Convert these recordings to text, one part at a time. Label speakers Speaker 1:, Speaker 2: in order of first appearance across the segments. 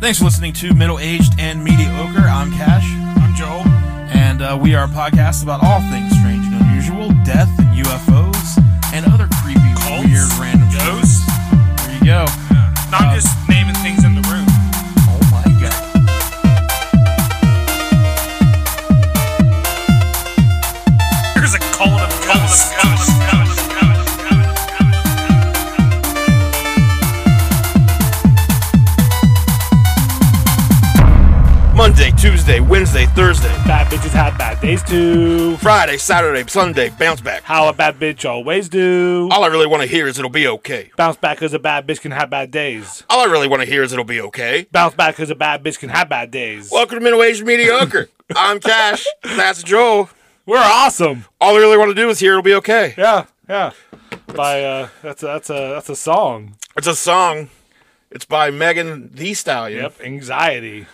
Speaker 1: Thanks for listening to Middle Aged and Mediocre. I'm Cash. I'm Joel. And uh, we are a podcast about all things strange and unusual, death, UFOs, and other creepy,
Speaker 2: Cults,
Speaker 1: weird, random
Speaker 2: ghosts.
Speaker 1: shit. There you go.
Speaker 2: No, I'm just naming things in the room.
Speaker 1: Oh my god.
Speaker 2: There's a cult of ghosts.
Speaker 3: Monday, Tuesday, Wednesday, Thursday,
Speaker 4: Bad bitches have bad days too.
Speaker 3: Friday, Saturday, Sunday, bounce back.
Speaker 4: How a bad bitch always do.
Speaker 3: All I really want to hear is it'll be okay.
Speaker 4: Bounce back because a bad bitch can have bad days.
Speaker 3: All I really want to hear is it'll be okay.
Speaker 4: Bounce back because a bad bitch can have bad days.
Speaker 3: Welcome to Middle Aged Mediocre. I'm Cash. That's Joel.
Speaker 4: We're awesome.
Speaker 3: All I really want to do is hear it'll be okay.
Speaker 4: Yeah, yeah. By uh, that's a, that's a that's a song.
Speaker 3: It's a song. It's by Megan The Stallion.
Speaker 4: Yep, anxiety.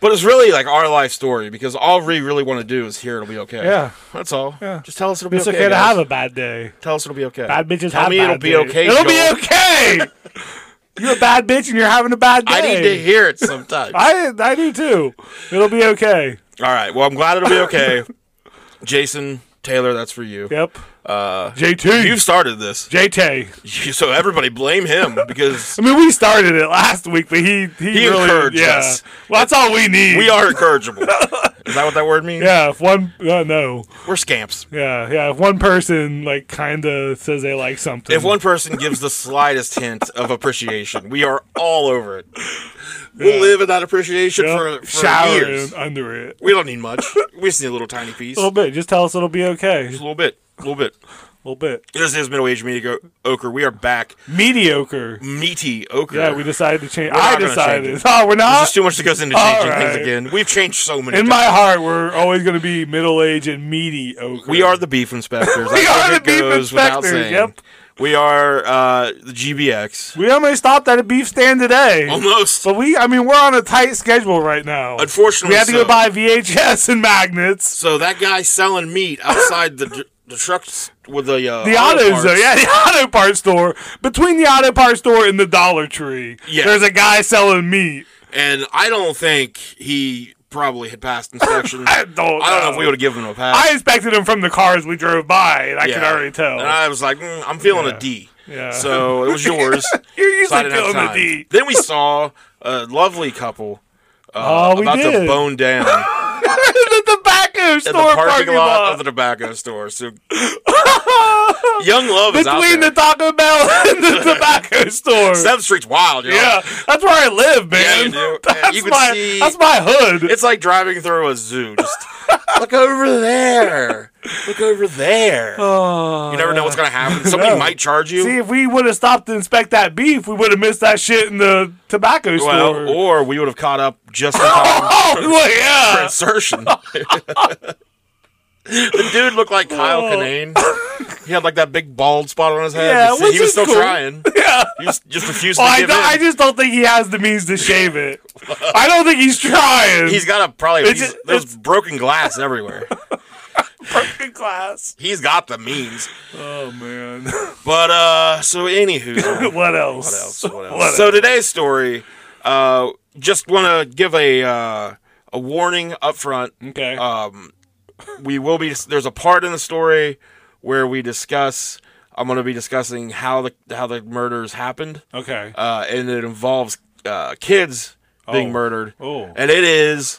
Speaker 3: But it's really like our life story because all we really want to do is hear it'll be okay.
Speaker 4: Yeah.
Speaker 3: That's all.
Speaker 4: Yeah.
Speaker 3: Just tell us it'll be
Speaker 4: It's
Speaker 3: okay.
Speaker 4: okay, to
Speaker 3: guys.
Speaker 4: have a bad day.
Speaker 3: Tell us it'll be okay.
Speaker 4: Bad bitches
Speaker 3: Tell
Speaker 4: have
Speaker 3: me
Speaker 4: bad
Speaker 3: it'll be
Speaker 4: days.
Speaker 3: okay.
Speaker 4: It'll
Speaker 3: Joel.
Speaker 4: be okay. You're a bad bitch and you're having a bad day.
Speaker 3: I need to hear it sometimes.
Speaker 4: I I do too. It'll be okay.
Speaker 3: All right. Well, I'm glad it'll be okay. Jason Taylor, that's for you.
Speaker 4: Yep.
Speaker 3: Uh,
Speaker 4: JT.
Speaker 3: You've started this,
Speaker 4: JT.
Speaker 3: so everybody blame him because
Speaker 4: I mean, we started it last week, but he he, really,
Speaker 3: encouraged
Speaker 4: yeah.
Speaker 3: us.
Speaker 4: Well, that's all we need.
Speaker 3: we are incorrigible. Is that what that word means?
Speaker 4: Yeah, if one, uh, no,
Speaker 3: We're scamps.
Speaker 4: yeah, yeah. If one person like kind of says they like something,
Speaker 3: If one person gives the slightest hint of appreciation, we are all over it. We'll live in that appreciation
Speaker 4: Yep,
Speaker 3: for, for
Speaker 4: shower
Speaker 3: years.
Speaker 4: in- under it
Speaker 3: We don't need much. We just need a little tiny piece.
Speaker 4: a little bit. Just tell us it'll be okay.
Speaker 3: a
Speaker 4: Just
Speaker 3: little bit. A little bit.
Speaker 4: a little bit.
Speaker 3: This is middle aged mediocre. We are back.
Speaker 4: Mediocre.
Speaker 3: Meaty ochre.
Speaker 4: Yeah, we decided to change.
Speaker 3: We're
Speaker 4: I
Speaker 3: not gonna
Speaker 4: decided.
Speaker 3: change
Speaker 4: Oh, we're
Speaker 3: There's
Speaker 4: not.
Speaker 3: too much that goes into
Speaker 4: All
Speaker 3: changing things
Speaker 4: right.
Speaker 3: again. We've changed so many.
Speaker 4: In
Speaker 3: times.
Speaker 4: my heart, we're always going to be middle aged and mediocre.
Speaker 3: We are the beef inspectors.
Speaker 4: We
Speaker 3: I think
Speaker 4: are
Speaker 3: it
Speaker 4: the beef
Speaker 3: goes without
Speaker 4: inspectors,
Speaker 3: saying.
Speaker 4: yep.
Speaker 3: We are uh, the GBX.
Speaker 4: We almost stopped at a beef stand today.
Speaker 3: Almost.
Speaker 4: But we, I mean, we're on a tight schedule right now.
Speaker 3: Unfortunately,
Speaker 4: we had to
Speaker 3: so.
Speaker 4: go buy VHS and magnets.
Speaker 3: So that guy selling meat outside the the trucks with the uh,
Speaker 4: The auto, zone, yeah, the auto parts store. Between the auto parts store and the Dollar Tree,
Speaker 3: Yeah.
Speaker 4: there's a guy selling meat.
Speaker 3: And I don't think he probably had passed inspection.
Speaker 4: I don't. Know.
Speaker 3: I don't know if we would have given him a pass.
Speaker 4: I inspected him from the car as we drove by, and I
Speaker 3: Yeah.
Speaker 4: could already tell.
Speaker 3: And I was like, mm, I'm feeling
Speaker 4: Yeah.
Speaker 3: a D.
Speaker 4: Yeah.
Speaker 3: So it was yours.
Speaker 4: You're
Speaker 3: so I
Speaker 4: usually
Speaker 3: didn't have
Speaker 4: feeling the
Speaker 3: time.
Speaker 4: D.
Speaker 3: Then we saw a lovely couple uh,
Speaker 4: Oh, we
Speaker 3: about to
Speaker 4: did.
Speaker 3: bone down.
Speaker 4: the tobacco
Speaker 3: at
Speaker 4: store
Speaker 3: the parking,
Speaker 4: parking
Speaker 3: lot,
Speaker 4: lot.
Speaker 3: of the tobacco store. So young love is out
Speaker 4: Between
Speaker 3: there.
Speaker 4: the Taco Bell and the tobacco store.
Speaker 3: Seventh Street's wild, yo.
Speaker 4: yeah, that's where I live,
Speaker 3: Yeah, you
Speaker 4: man.
Speaker 3: do. And
Speaker 4: That's
Speaker 3: you can
Speaker 4: my
Speaker 3: see-
Speaker 4: that's my hood.
Speaker 3: It's like driving through a zoo. Just look over there. Look over there.
Speaker 4: Oh,
Speaker 3: you never know what's gonna happen. Somebody might charge you.
Speaker 4: See, if we would have stopped to inspect that beef, we would have missed that shit in the tobacco
Speaker 3: well, oh,
Speaker 4: store.
Speaker 3: or we would have caught up just in time
Speaker 4: oh, well,
Speaker 3: for
Speaker 4: yeah.
Speaker 3: insertion. the dude looked like Kyle
Speaker 4: Oh.
Speaker 3: Kinane. He had like that big bald spot on his head.
Speaker 4: Yeah,
Speaker 3: He said he
Speaker 4: which
Speaker 3: was
Speaker 4: is
Speaker 3: still
Speaker 4: cool.
Speaker 3: trying.
Speaker 4: Yeah.
Speaker 3: He was just refused
Speaker 4: Well,
Speaker 3: to
Speaker 4: Oh, I,
Speaker 3: give
Speaker 4: don't- I
Speaker 3: in.
Speaker 4: just don't think he has the means to shave it. I don't think he's trying.
Speaker 3: He's got a probably
Speaker 4: It's
Speaker 3: he's-
Speaker 4: just-
Speaker 3: there's broken glass everywhere.
Speaker 4: perfect class.
Speaker 3: He's got the means.
Speaker 4: Oh man.
Speaker 3: But uh so anywho. what
Speaker 4: what else?
Speaker 3: else? What else?
Speaker 4: What
Speaker 3: So today's story, uh just wanna give a uh a warning up front.
Speaker 4: Okay.
Speaker 3: Um we will be there's a part in the story where we discuss I'm gonna be discussing how the how the murders happened.
Speaker 4: okay.
Speaker 3: Uh and it involves uh kids being
Speaker 4: Oh.
Speaker 3: murdered.
Speaker 4: Oh.
Speaker 3: And it is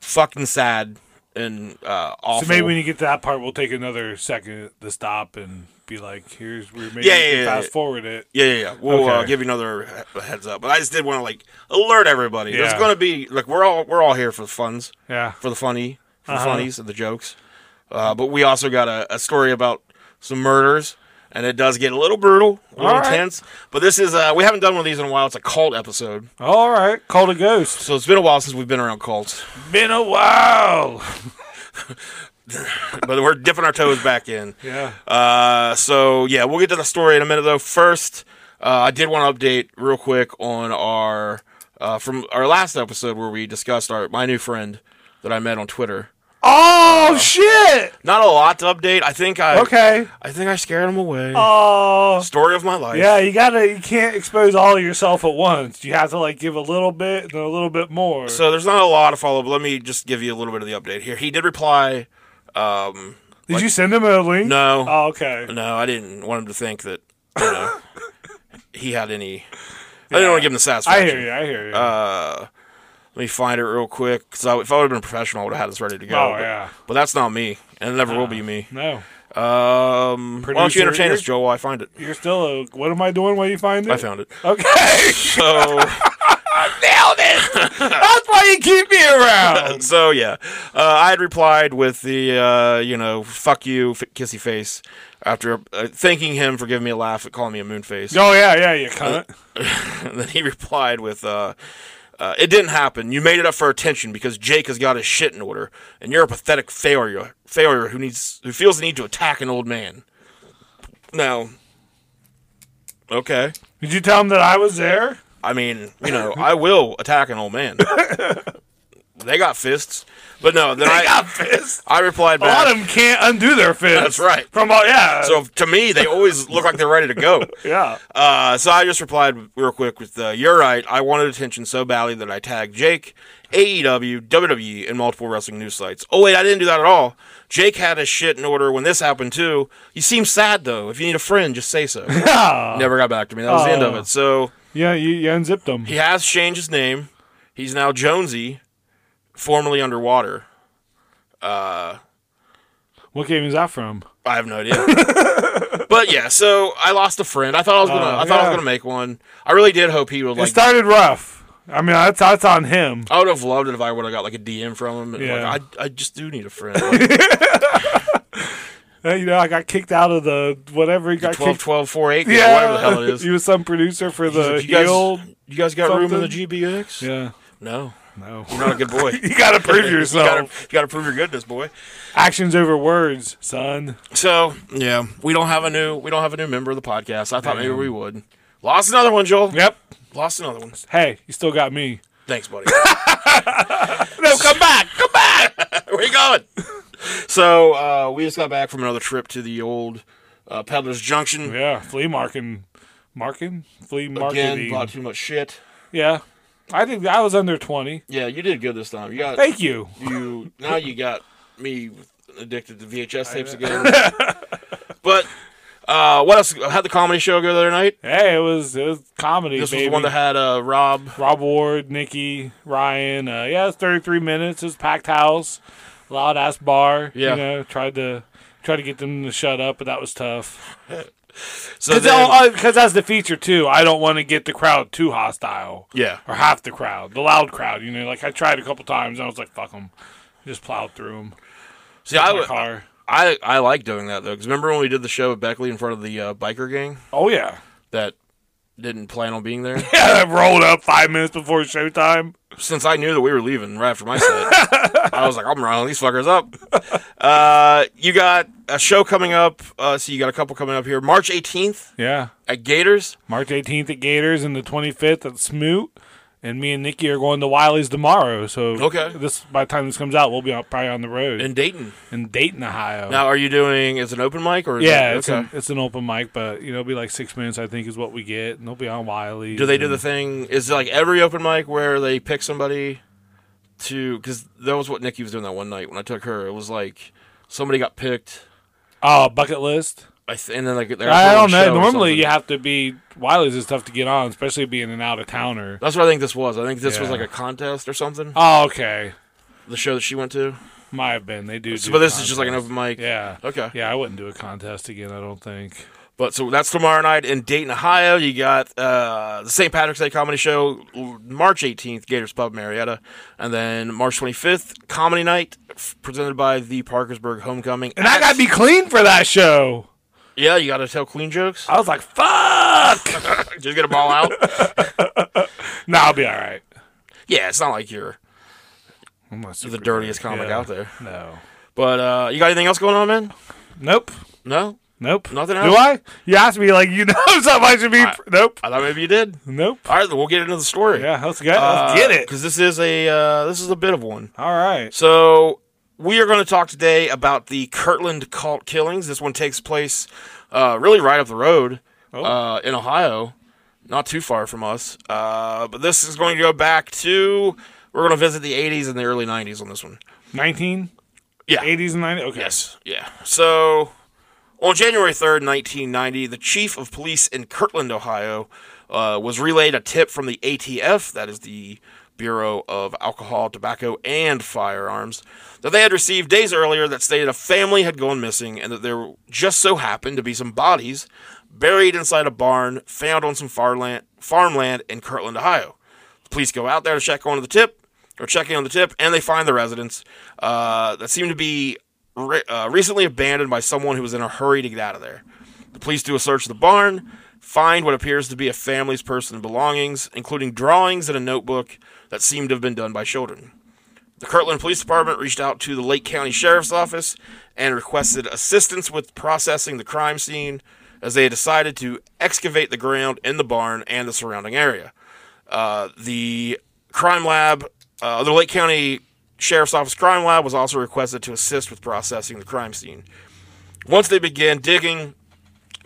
Speaker 3: fucking sad and uh awful.
Speaker 4: so maybe when you get to that part, we'll take another second to stop and be like, "Here's where maybe
Speaker 3: Yeah,
Speaker 4: we
Speaker 3: yeah,
Speaker 4: can
Speaker 3: yeah,
Speaker 4: fast
Speaker 3: yeah.
Speaker 4: forward it."
Speaker 3: Yeah, yeah, yeah. We'll uh,
Speaker 4: Okay.
Speaker 3: give you another he- heads up. But I just did want to like alert everybody. There's
Speaker 4: Yeah.
Speaker 3: going to be like we're all we're all here for the funs,
Speaker 4: Yeah.
Speaker 3: for the funny, for the
Speaker 4: Uh-huh.
Speaker 3: funnies and the jokes. Uh, but we also got a, a story about some murders, and it does get a little brutal, a little
Speaker 4: All right.
Speaker 3: intense. But this is uh, we haven't done one of these in a while. It's a cult episode,
Speaker 4: All right. Call a ghost.
Speaker 3: so it's been a while since we've been around cults.
Speaker 4: Been a while.
Speaker 3: but we're dipping our toes back in.
Speaker 4: Yeah.
Speaker 3: Uh, so yeah, we'll get to the story in a minute though. First, uh, I did want to update real quick on our uh, from our last episode where we discussed our my new friend that I met on Twitter.
Speaker 4: Oh shit!
Speaker 3: Not a lot to update. I think I
Speaker 4: Okay.
Speaker 3: I think I scared him away.
Speaker 4: Oh
Speaker 3: Story of my life.
Speaker 4: yeah, you gotta. You can't expose all of yourself at once. You have to like give a little bit, then a little bit more.
Speaker 3: So there's not a lot to follow, but let me just give you a little bit of the update here. He did reply. Um,
Speaker 4: Did you send him a link?
Speaker 3: no,
Speaker 4: Oh, okay.
Speaker 3: no, I didn't want him to think that you know he had any. I didn't want to give him the
Speaker 4: I
Speaker 3: satisfaction.
Speaker 4: hear you. I hear you.
Speaker 3: Uh, Let me find it real quick because if I would have been professional, I would have had this ready to go.
Speaker 4: Oh,
Speaker 3: but,
Speaker 4: yeah.
Speaker 3: but that's not me, and it never will be me.
Speaker 4: no,
Speaker 3: Um, why don't
Speaker 4: Producer
Speaker 3: you entertain
Speaker 4: here?
Speaker 3: us, Joe? While I find it,
Speaker 4: you're still a. What am I doing? While you find it?
Speaker 3: I found it.
Speaker 4: Okay.
Speaker 3: So.
Speaker 4: Nailed it. That's why you keep me around.
Speaker 3: so yeah, uh, I had replied with the uh, you know fuck you f- kissy face after uh, thanking him for giving me a laugh at calling me a moon face.
Speaker 4: Oh yeah, yeah, you cunt.
Speaker 3: Uh, and then he replied with. Uh, uh, it didn't happen. You made it up for attention because Jake has got his shit in order, and you're a pathetic failure, failure who needs, who feels the need to attack an old man. Now, okay,
Speaker 4: Did you tell him that I was there?
Speaker 3: I mean, you know, I will attack an old man. they got fists, but no. Then I
Speaker 4: got fists.
Speaker 3: I replied
Speaker 4: A
Speaker 3: back.
Speaker 4: lot of them can't undo their fists.
Speaker 3: That's right.
Speaker 4: From all, yeah.
Speaker 3: So to me, they always look like they're ready to go.
Speaker 4: yeah.
Speaker 3: Uh, so I just replied real quick with, uh, "You're right. I wanted attention so badly that I tagged Jake, E AEW, WWE, and E, multiple wrestling news sites. Oh wait, I didn't do that at all. Jake had his shit in order when this happened too. You seem sad though. If you need a friend, just say so.
Speaker 4: Oh.
Speaker 3: Never got back to me. That was the end of it. So
Speaker 4: Yeah, you, you unzipped them.
Speaker 3: he has changed his name. He's now Jonesy, formerly underwater.
Speaker 4: What game is that from?
Speaker 3: I have no idea. but yeah, so I lost a friend. I thought I was gonna. I thought I
Speaker 4: Oh, yeah.
Speaker 3: was gonna make one. I really did hope he would
Speaker 4: It
Speaker 3: like.
Speaker 4: started rough. I mean, that's that's on him.
Speaker 3: I would have loved it if I would have got like a DM from him. And
Speaker 4: Yeah.
Speaker 3: like, I I just do need a friend. Like,
Speaker 4: Uh, You know, I got kicked out of the whatever he got
Speaker 3: 12,
Speaker 4: kicked.
Speaker 3: 12, 4, 8, yeah,
Speaker 4: Yeah,
Speaker 3: whatever the hell it is.
Speaker 4: he was some producer for
Speaker 3: He's
Speaker 4: the
Speaker 3: like, you,
Speaker 4: heel.
Speaker 3: guys, you guys got room in the
Speaker 4: something?"
Speaker 3: GBX?
Speaker 4: Yeah.
Speaker 3: No,
Speaker 4: No.
Speaker 3: you're not a good boy.
Speaker 4: You gotta prove
Speaker 3: you,
Speaker 4: yourself.
Speaker 3: gotta, you gotta prove your goodness, boy.
Speaker 4: Actions over words, son.
Speaker 3: So yeah, we don't have a new we don't have a new member of the podcast. I thought maybe we would. Lost another one, Joel.
Speaker 4: Yep.
Speaker 3: Lost another one.
Speaker 4: Hey, you still got me.
Speaker 3: Thanks, buddy. no, come back, come back. Where you going? So uh, we just got back from another trip to the old uh, Peddler's Junction.
Speaker 4: Yeah, flea marking, marking, flea
Speaker 3: Again,
Speaker 4: marketing.
Speaker 3: bought too much shit.
Speaker 4: yeah, I think I was under twenty.
Speaker 3: Yeah, you did good this time. You got
Speaker 4: Thank you.
Speaker 3: you now. You got me addicted to VHS tapes again. but uh, what else? I had the comedy show go the other night.
Speaker 4: Hey, it was it was comedy.
Speaker 3: This was
Speaker 4: baby.
Speaker 3: the one that had uh, Rob.
Speaker 4: Rob Ward, Nikki, Ryan. Uh, yeah, it's 33 minutes. It's packed house, loud ass bar.
Speaker 3: Yeah.
Speaker 4: you know, tried to tried to get them to shut up, but that was tough.
Speaker 3: So
Speaker 4: Because
Speaker 3: then-
Speaker 4: that's the feature too. I don't want to get the crowd too hostile.
Speaker 3: yeah,
Speaker 4: or half the crowd, the loud crowd. You know, like I tried a couple times, and I was like, fuck them. Just plowed through them.
Speaker 3: see, I,
Speaker 4: My
Speaker 3: would- uh,
Speaker 4: car.
Speaker 3: I I like doing that though because remember when we did the show with Beckley in front of the uh, biker gang
Speaker 4: Oh yeah.
Speaker 3: that didn't plan on being there.
Speaker 4: Yeah, rolled up five minutes before showtime.
Speaker 3: Since I knew that we were leaving right after my set, I was like, I'm running these fuckers up. Uh, you got a show coming up. Uh, so you got a couple coming up here, March 18th
Speaker 4: Yeah.
Speaker 3: at Gators.
Speaker 4: March 18th at Gators and the 25th at Smoot. And me and Nikki are going to Wiley's tomorrow. So
Speaker 3: Okay.
Speaker 4: this by the time this comes out, we'll be out, probably on the road in,
Speaker 3: in Dayton.
Speaker 4: Dayton, Ohio.
Speaker 3: Now, are you doing is it an open mic or is
Speaker 4: yeah,
Speaker 3: It,
Speaker 4: it's, an, it's an open mic, but you know, it'll be like six minutes, I think, is what we get. And they'll be on Wiley's.
Speaker 3: do they do
Speaker 4: and-
Speaker 3: the thing? Is it like every open mic where they pick somebody to? Because that was what Nikki was doing that one night when I took her. It was like somebody got picked.
Speaker 4: Oh, bucket list?
Speaker 3: I th- and then like they're
Speaker 4: I
Speaker 3: actually
Speaker 4: don't
Speaker 3: on a
Speaker 4: know.
Speaker 3: show or
Speaker 4: Normally,
Speaker 3: something.
Speaker 4: you have to be Wiley's is tough to get on, especially being an out of towner.
Speaker 3: That's what I think this was. I think this was
Speaker 4: Yeah.
Speaker 3: like a contest or something.
Speaker 4: Oh, okay.
Speaker 3: The show that she went to.
Speaker 4: Might have been. They do.
Speaker 3: So,
Speaker 4: do
Speaker 3: but this is just like an
Speaker 4: contests.
Speaker 3: open mic.
Speaker 4: Yeah.
Speaker 3: Okay.
Speaker 4: Yeah, I wouldn't do a contest again, I don't think.
Speaker 3: But so that's tomorrow night in Dayton, Ohio. You got uh, the St. Patrick's Day Comedy Show, l- March 18th, Gators Pub, Marietta. And then March 25th, Comedy Night, f- presented by the Parkersburg Homecoming.
Speaker 4: And I got to be clean for that show.
Speaker 3: Yeah, you got to tell clean jokes.
Speaker 4: I was like, fuck.
Speaker 3: Just get them all out.
Speaker 4: nah, I'll be all right.
Speaker 3: yeah, it's not like you're
Speaker 4: I'm not super
Speaker 3: the dirtiest comic
Speaker 4: Yeah.
Speaker 3: out there.
Speaker 4: No.
Speaker 3: But uh, you got anything else going on, man?
Speaker 4: Nope.
Speaker 3: No?
Speaker 4: Nope.
Speaker 3: Nothing
Speaker 4: Do
Speaker 3: else?
Speaker 4: I? You asked me like you know something I should be. nope.
Speaker 3: I thought maybe you did.
Speaker 4: nope.
Speaker 3: All right, then we'll get into the story. Uh,
Speaker 4: Yeah, let's get let's get it.
Speaker 3: Because this is a uh, this is a bit of one.
Speaker 4: All right.
Speaker 3: So we are going to talk today about the Kirtland cult killings. This one takes place uh, really right up the road uh, in Ohio, not too far from us. Uh, but this is going to go back to. We're going to visit the 80s and the early 90s on this one.
Speaker 4: 19?
Speaker 3: Yeah.
Speaker 4: 80s and 90s? Okay.
Speaker 3: Yes, yeah. So, on January 3rd, 1990, the chief of police in Kirtland, Ohio, uh, was relayed a tip from the ATF, that is the Bureau of Alcohol, Tobacco, and Firearms, that they had received days earlier that stated a family had gone missing and that there just so happened to be some bodies buried inside a barn found on some farland, farmland in Kirtland, Ohio. The police go out there to check on the tip, or checking on the tip, and they find the residence uh, that seemed to be re- uh, recently abandoned by someone who was in a hurry to get out of there. The police do a search of the barn, find what appears to be a family's personal belongings, including drawings and a notebook that seemed to have been done by children. The Kirtland Police Department reached out to the Lake County Sheriff's Office and requested assistance with processing the crime scene as they had decided to excavate the ground in the barn and the surrounding area. Uh, the crime lab, uh, the Lake County Sheriff's Office crime lab was also requested to assist with processing the crime scene. Once they began digging,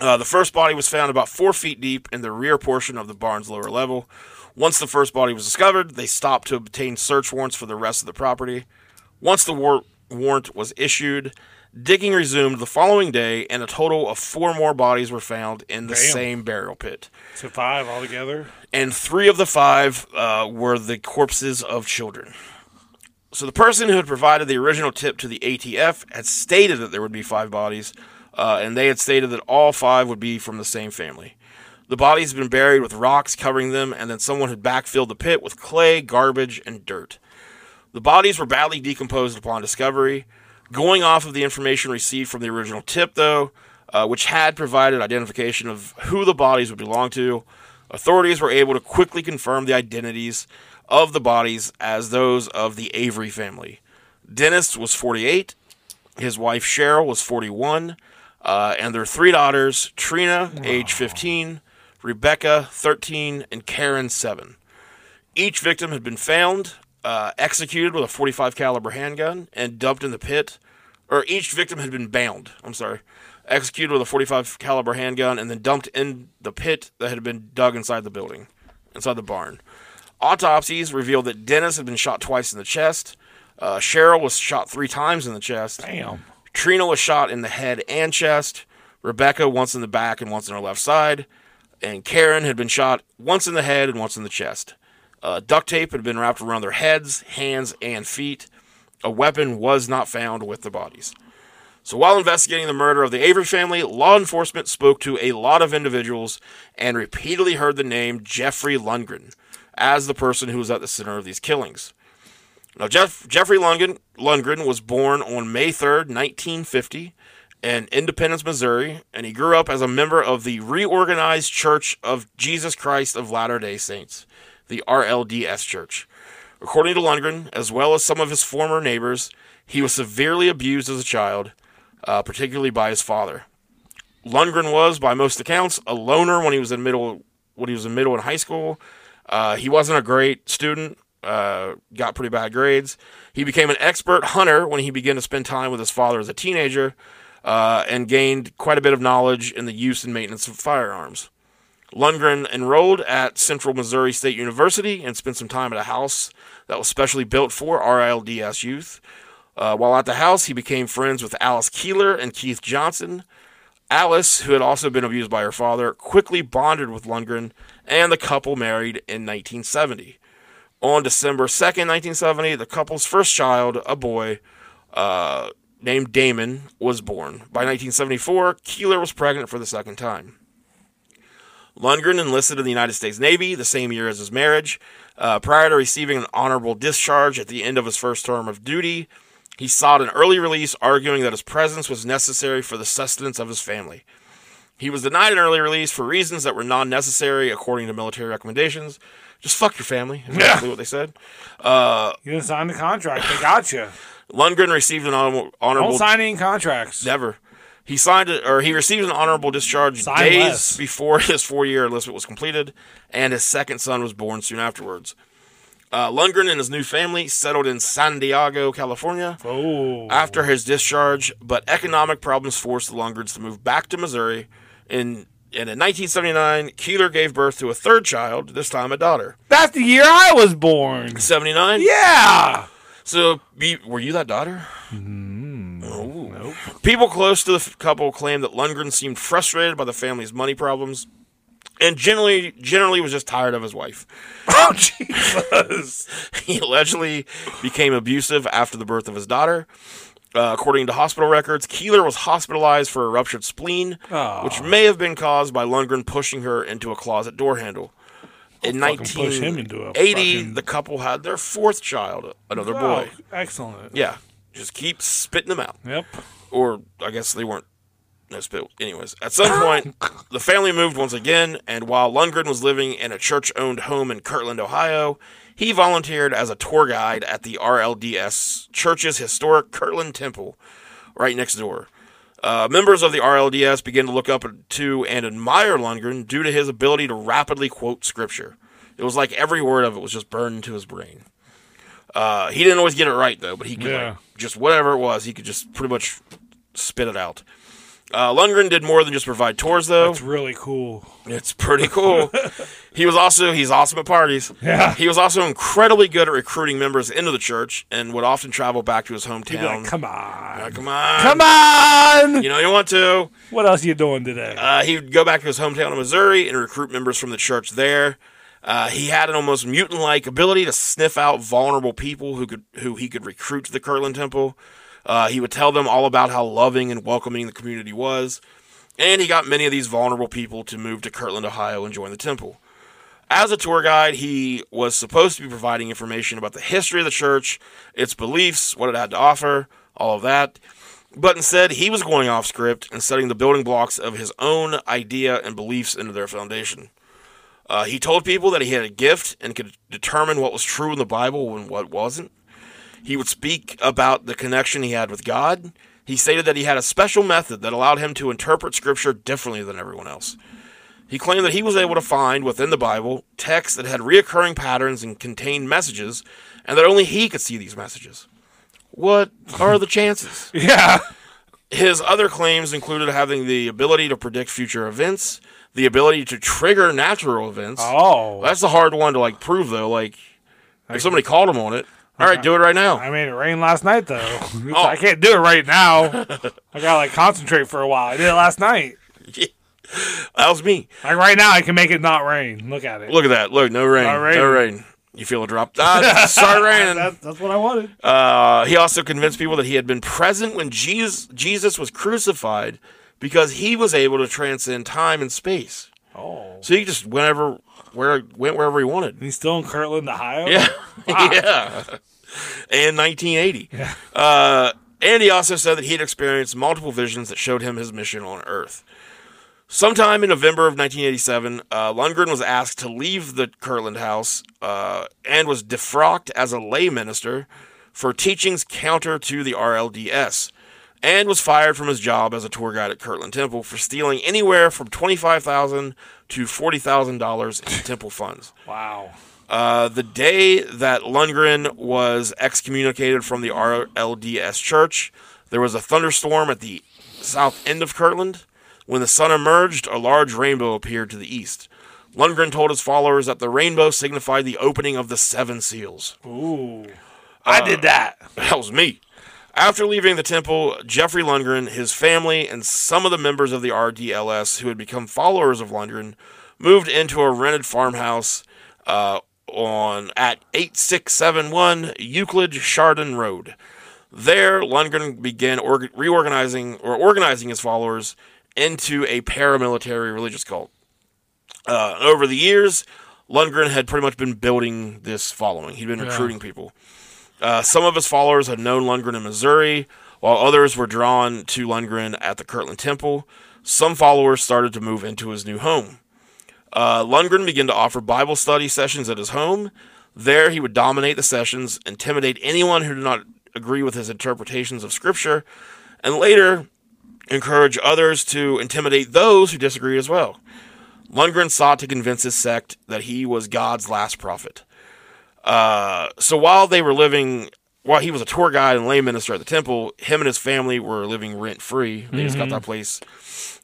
Speaker 3: uh, the first body was found about four feet deep in the rear portion of the barn's lower level. Once the first body was discovered, they stopped to obtain search warrants for the rest of the property. Once the war- warrant was issued, digging resumed the following day, and a total of four more bodies were found in the
Speaker 4: Damn.
Speaker 3: same burial pit
Speaker 4: So five altogether.
Speaker 3: and three of the five uh, were the corpses of children. So the person who had provided the original tip to the ATF had stated that there would be five bodies, uh, and they had stated that all five would be from the same family. The bodies had been buried with rocks covering them, and then someone had backfilled the pit with clay, garbage, and dirt. The bodies were badly decomposed upon discovery. Going off of the information received from the original tip, though, uh, which had provided identification of who the bodies would belong to, authorities were able to quickly confirm the identities of the bodies as those of the Avery family. Dennis was 48, his wife Cheryl was 41, uh, and their three daughters, Trina, age 15, Rebecca, 13, and Karen, 7. Each victim had been found, uh, executed with a 45 caliber handgun, and dumped in the pit. Or each victim had been bound. I'm sorry, executed with a 45 caliber handgun, and then dumped in the pit that had been dug inside the building, inside the barn. Autopsies revealed that Dennis had been shot twice in the chest. Uh, Cheryl was shot three times in the chest.
Speaker 4: Damn.
Speaker 3: Trina was shot in the head and chest. Rebecca once in the back and once in her left side. And Karen had been shot once in the head and once in the chest. Uh, duct tape had been wrapped around their heads, hands, and feet. A weapon was not found with the bodies. So while investigating the murder of the Avery family, law enforcement spoke to a lot of individuals and repeatedly heard the name Jeffrey Lundgren as the person who was at the center of these killings. Now, Jeff, Jeffrey Lundgren, Lundgren was born on May 3rd, 1950, in Independence, Missouri, and he grew up as a member of the Reorganized Church of Jesus Christ of Latter day Saints, the RLDS Church. According to Lundgren, as well as some of his former neighbors, he was severely abused as a child, uh, particularly by his father. Lundgren was, by most accounts, a loner when he was in middle when he was in middle and high school. Uh, he wasn't a great student. Uh, got pretty bad grades. He became an expert hunter when he began to spend time with his father as a teenager, uh, and gained quite a bit of knowledge in the use and maintenance of firearms. Lundgren enrolled at Central Missouri State University and spent some time at a house that was specially built for RLDS youth. Uh, while at the house, he became friends with Alice Keeler and Keith Johnson. Alice, who had also been abused by her father, quickly bonded with Lundgren, and the couple married in 1970. On December 2nd, 1970, the couple's first child, a boy uh, named Damon, was born. By 1974, Keeler was pregnant for the second time. Lundgren enlisted in the United States Navy the same year as his marriage. Uh, prior to receiving an honorable discharge at the end of his first term of duty, he sought an early release, arguing that his presence was necessary for the sustenance of his family. He was denied an early release for reasons that were non necessary according to military recommendations. Just fuck your family, is basically what they said.
Speaker 4: You didn't sign the contract. They got you.
Speaker 3: Lundgren received an honor-
Speaker 4: Don't
Speaker 3: honorable
Speaker 4: sign any contracts.
Speaker 3: Never. He signed it, or he received an honorable discharge
Speaker 4: Sign
Speaker 3: days
Speaker 4: less.
Speaker 3: before his four-year enlistment was completed, and his second son was born soon afterwards. Uh, Lundgren and his new family settled in San Diego, California
Speaker 4: Oh.
Speaker 3: after his discharge, but economic problems forced the Lundgrens to move back to Missouri. In, and in 1979, Keeler gave birth to a third child, this time a daughter.
Speaker 4: That's the year I was born.
Speaker 3: 79?
Speaker 4: Yeah.
Speaker 3: So, be, were you that daughter?
Speaker 4: Mm-hmm.
Speaker 3: Oh. People close to the f- couple claim that Lundgren seemed frustrated by the family's money problems, and generally, generally was just tired of his wife.
Speaker 4: Oh Jesus.
Speaker 3: He allegedly became abusive after the birth of his daughter. Uh, according to hospital records, Keeler was hospitalized for a ruptured spleen,
Speaker 4: Aw.
Speaker 3: which may have been caused by Lundgren pushing her into a closet door handle. In
Speaker 4: Fucking push him into a
Speaker 3: 1980,
Speaker 4: fucking-
Speaker 3: the couple had their fourth child, another boy.
Speaker 4: Oh, excellent.
Speaker 3: Yeah, just keep spitting them out.
Speaker 4: Yep.
Speaker 3: or I guess they weren't. No spit. Anyways, at some point, the family moved once again, and while Lundgren was living in a church-owned home in Kirtland, Ohio, he volunteered as a tour guide at the RLDS Church's historic Kirtland Temple, right next door. Uh, members of the RLDS began to look up to and admire Lundgren due to his ability to rapidly quote scripture. It was like every word of it was just burned into his brain. Uh, he didn't always get it right though, but he could
Speaker 4: Yeah.
Speaker 3: like, just whatever it was, he could just pretty much spit it out. Uh, Lundgren did more than just provide tours, though.
Speaker 4: It's really cool.
Speaker 3: It's pretty cool. he was also he's awesome at parties.
Speaker 4: Yeah.
Speaker 3: He was also incredibly good at recruiting members into the church and would often travel back to his
Speaker 4: You'd be like,
Speaker 3: hometown.
Speaker 4: come on.
Speaker 3: come on,
Speaker 4: Come on.
Speaker 3: you know you want to.
Speaker 4: What else you doing today?
Speaker 3: Uh, he would go back to his hometown of Missouri and recruit members from the church there. Uh, he had an almost mutant-like ability to sniff out vulnerable people who could who he could recruit to the Kirtland Temple. Uh, he would tell them all about how loving and welcoming the community was, and he got many of these vulnerable people to move to Kirtland, Ohio, and join the temple. As a tour guide, he was supposed to be providing information about the history of the church, its beliefs, what it had to offer, all of that. But instead, he was going off script and setting the building blocks of his own idea and beliefs into their foundation. Uh, he told people that he had a gift and could determine what was true in the Bible and what wasn't. He would speak about the connection he had with God. He stated that he had a special method that allowed him to interpret Scripture differently than everyone else. He claimed that he was able to find within the Bible texts that had reoccurring patterns and contained messages, and that only he could see these messages. What are the chances?
Speaker 4: yeah.
Speaker 3: His other claims included having the ability to predict future events, the ability to trigger natural events.
Speaker 4: Oh.
Speaker 3: That's the hard one to like prove though. Like if somebody called him on it, all right, do it right now.
Speaker 4: I made it rain last night though. I can't do it right now. I gotta like concentrate for a while. I did it last night.
Speaker 3: That was me.
Speaker 4: Like right now, I can make it not rain. Look at it.
Speaker 3: Look at that. Look, no rain.
Speaker 4: Not
Speaker 3: No
Speaker 4: raining.
Speaker 3: rain. You feel a drop? Ah, start raining.
Speaker 4: That, that's what I wanted.
Speaker 3: Uh, he also convinced people that he had been present when Jesus Jesus was crucified because he was able to transcend time and space.
Speaker 4: oh.
Speaker 3: So he just whenever where went wherever he wanted.
Speaker 4: He's still in Kirtland, Ohio.
Speaker 3: Yeah. yeah. And 1980. Uh, and he also said that he had experienced multiple visions that showed him his mission on Earth. Sometime in November of 1987, uh, Lundgren was asked to leave the Kirtland House uh, and was defrocked as a lay minister for teachings counter to the RLDS and was fired from his job as a tour guide at Kirtland Temple for stealing anywhere from $25,000 to $40,000 in temple funds.
Speaker 4: Wow.
Speaker 3: Uh, the day that Lundgren was excommunicated from the RLDS church, there was a thunderstorm at the south end of Kirtland. When the sun emerged, a large rainbow appeared to the east. Lundgren told his followers that the rainbow signified the opening of the seven seals.
Speaker 4: Ooh. I did that.
Speaker 3: That was me. After leaving the temple, Jeffrey Lundgren, his family, and some of the members of the RDLS who had become followers of Lundgren moved into a rented farmhouse uh, on at 8671 Euclid Chardon Road. There, Lundgren began org- reorganizing or organizing his followers into a paramilitary religious cult. Uh, over the years, Lundgren had pretty much been building this following. He'd been recruiting people. Uh, some of his followers had known Lundgren in Missouri, while others were drawn to Lundgren at the Kirtland Temple. Some followers started to move into his new home. Uh, Lundgren began to offer Bible study sessions at his home. There, he would dominate the sessions, intimidate anyone who did not agree with his interpretations of Scripture, and later encourage others to intimidate those who disagree as well. Lundgren sought to convince his sect that he was God's last prophet. Uh, so while they were living, while he was a tour guide and lay minister at the temple, him and his family were living rent free. They just got that place.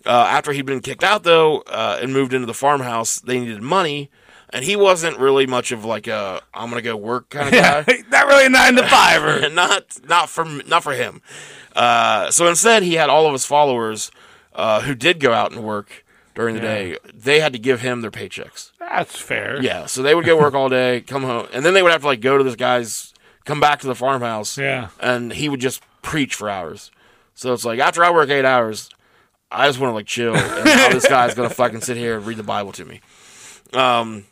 Speaker 3: Uh, after he'd been kicked out though, uh, and moved into the farmhouse, they needed money, and he wasn't really much of like a I'm gonna go work kind of guy.
Speaker 4: Not really a nine to fiver.
Speaker 3: And not not for not for him. Uh, so instead, he had all of his followers uh, who did go out and work during the day. They had to give him their paychecks.
Speaker 4: That's fair.
Speaker 3: Yeah, so they would go work all day, come home, and then they would have to like go to this guy's, come back to the farmhouse.
Speaker 4: Yeah.
Speaker 3: and he would just preach for hours. So it's like after I work eight hours, I just want to like chill. And now this guy's gonna fucking sit here and read the Bible to me. Um,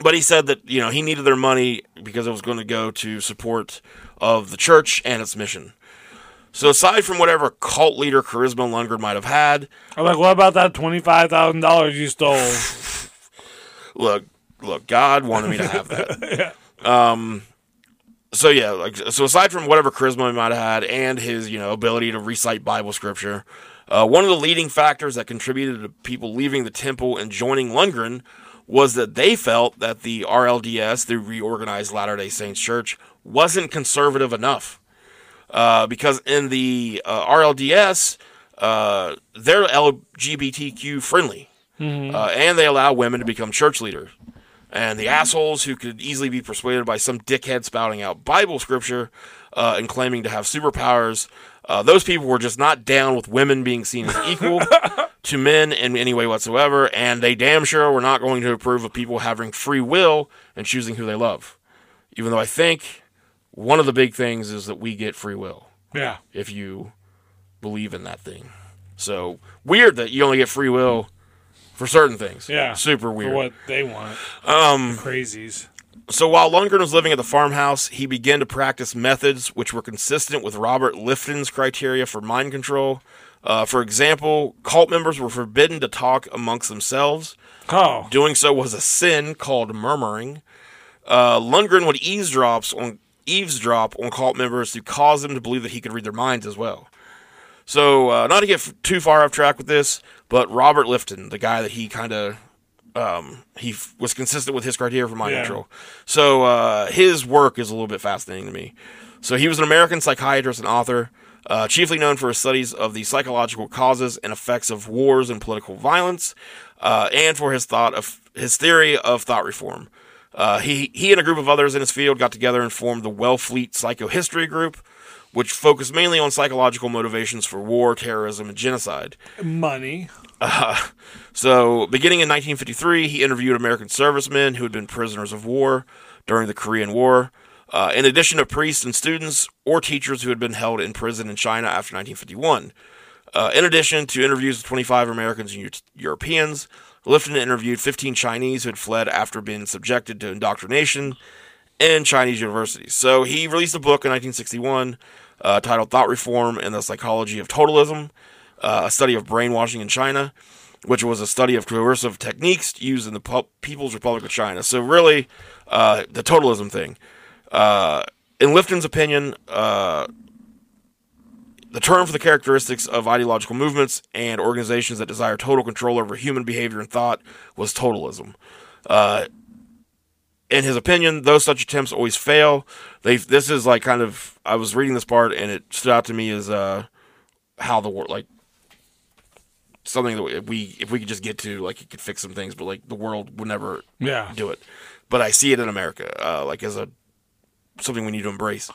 Speaker 3: but he said that you know he needed their money because it was going to go to support of the church and its mission. So aside from whatever cult leader charisma Lundgren might have had,
Speaker 4: I'm like, what about that twenty five thousand dollars you stole?
Speaker 3: look, look, God wanted me to have that. Um, so yeah, like so aside from whatever charisma he might have had and his, you know, ability to recite Bible scripture, uh, one of the leading factors that contributed to people leaving the temple and joining Lundgren was that they felt that the RLDS, the reorganized Latter-day Saints Church, wasn't conservative enough. Uh, because in the uh, RLDS, uh, they're LGBTQ friendly uh, and they allow women to become church leaders. And the assholes who could easily be persuaded by some dickhead spouting out Bible scripture uh, and claiming to have superpowers, uh, those people were just not down with women being seen as equal to men in any way whatsoever. And they damn sure were not going to approve of people having free will and choosing who they love. Even though I think one of the big things is that we get free will
Speaker 4: yeah.
Speaker 3: if you believe in that thing. So weird that you only get free will for certain things.
Speaker 4: Yeah.
Speaker 3: Super
Speaker 4: For
Speaker 3: weird.
Speaker 4: what they want. Um crazies.
Speaker 3: So while Lundgren was living at the farmhouse, he began to practice methods which were consistent with Robert Lifton's criteria for mind control. Uh, for example, cult members were forbidden to talk amongst themselves.
Speaker 4: Oh.
Speaker 3: Doing so was a sin called murmuring. Uh, Lundgren would eavesdrops on eavesdrop on cult members to cause them to believe that he could read their minds as well. So, uh, not to get f- too far off track with this, but Robert Lifton, the guy that he kind of um, he f- was consistent with his criteria for mind
Speaker 4: Yeah.
Speaker 3: control. So, uh, his work is a little bit fascinating to me. So, he was an American psychiatrist and author, uh, chiefly known for his studies of the psychological causes and effects of wars and political violence, uh, and for his thought of his theory of thought reform. Uh, he he and a group of others in his field got together and formed the Wellfleet Psychohistory Group, which focused mainly on psychological motivations for war, terrorism, and genocide.
Speaker 4: Money.
Speaker 3: So, beginning in 1953, he interviewed American servicemen who had been prisoners of war during the Korean War, uh, in addition to priests and students or teachers who had been held in prison in China after 1951. Uh, in addition to interviews with 25 Americans and Eu- Europeans, Lifton interviewed 15 Chinese who had fled after being subjected to indoctrination in Chinese universities. So he released a book in 1961 uh, titled Thought Reform and the Psychology of Totalism, uh, a study of brainwashing in China, which was a study of coercive techniques used in the Pu- People's Republic of China. So, really, uh, the totalism thing. Uh, in Lifton's opinion, uh, the term for the characteristics of ideological movements and organizations that desire total control over human behavior and thought was totalism. Uh, in his opinion, though such attempts always fail, they this is like kind of I was reading this part and it stood out to me as uh, how the world like something that we if we could just get to like it could fix some things, but like the world would never
Speaker 4: Yeah.
Speaker 3: do it. But I see it in America, uh, like as a something we need to embrace.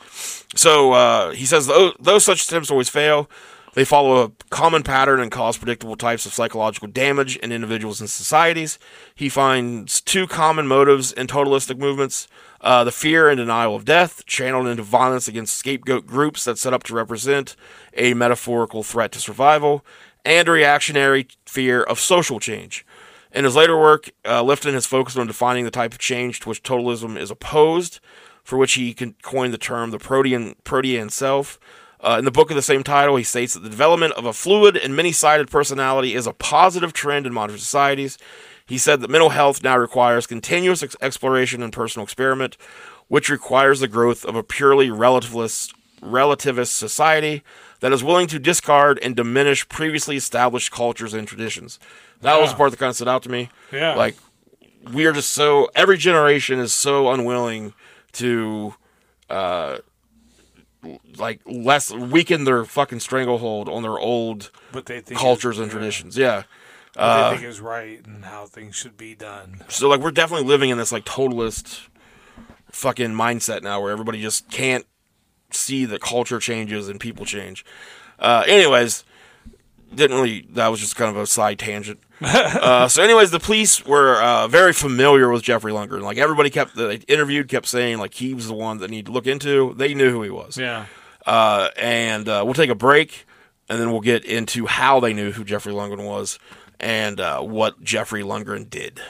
Speaker 3: So uh, he says, though, though such attempts always fail, they follow a common pattern and cause predictable types of psychological damage in individuals and societies. He finds two common motives in totalistic movements uh, the fear and denial of death, channeled into violence against scapegoat groups that set up to represent a metaphorical threat to survival, and a reactionary fear of social change. In his later work, uh, Lifton has focused on defining the type of change to which totalism is opposed, for which he con- coined the term the protean, protean self. Uh, in the book of the same title, he states that the development of a fluid and many sided personality is a positive trend in modern societies. He said that mental health now requires continuous ex- exploration and personal experiment, which requires the growth of a purely relativist, relativist society that is willing to discard and diminish previously established cultures and traditions. That was the part that kind of stood out to me.
Speaker 4: Yeah.
Speaker 3: Like, we are just so every generation is so unwilling to uh, like less weaken their fucking stranglehold on their old
Speaker 4: But they think
Speaker 3: cultures and uh,
Speaker 4: yeah,
Speaker 3: traditions. Yeah.
Speaker 4: what they think is right and how things should be done.
Speaker 3: So like we're definitely living in this like totalist fucking mindset now where everybody just can't see that culture changes and people change. Uh, anyways, didn't really. That was just kind of a side tangent. uh, so, anyways, the police were uh, very familiar with Jeffrey Lunger. and, Like everybody kept that they interviewed kept saying like he was the one that needed to look into. They knew who he was.
Speaker 4: Yeah.
Speaker 3: Uh, and uh, we'll take a break, and then we'll get into how they knew who Jeffrey Lundgren was and uh, what Jeffrey Lundgren did.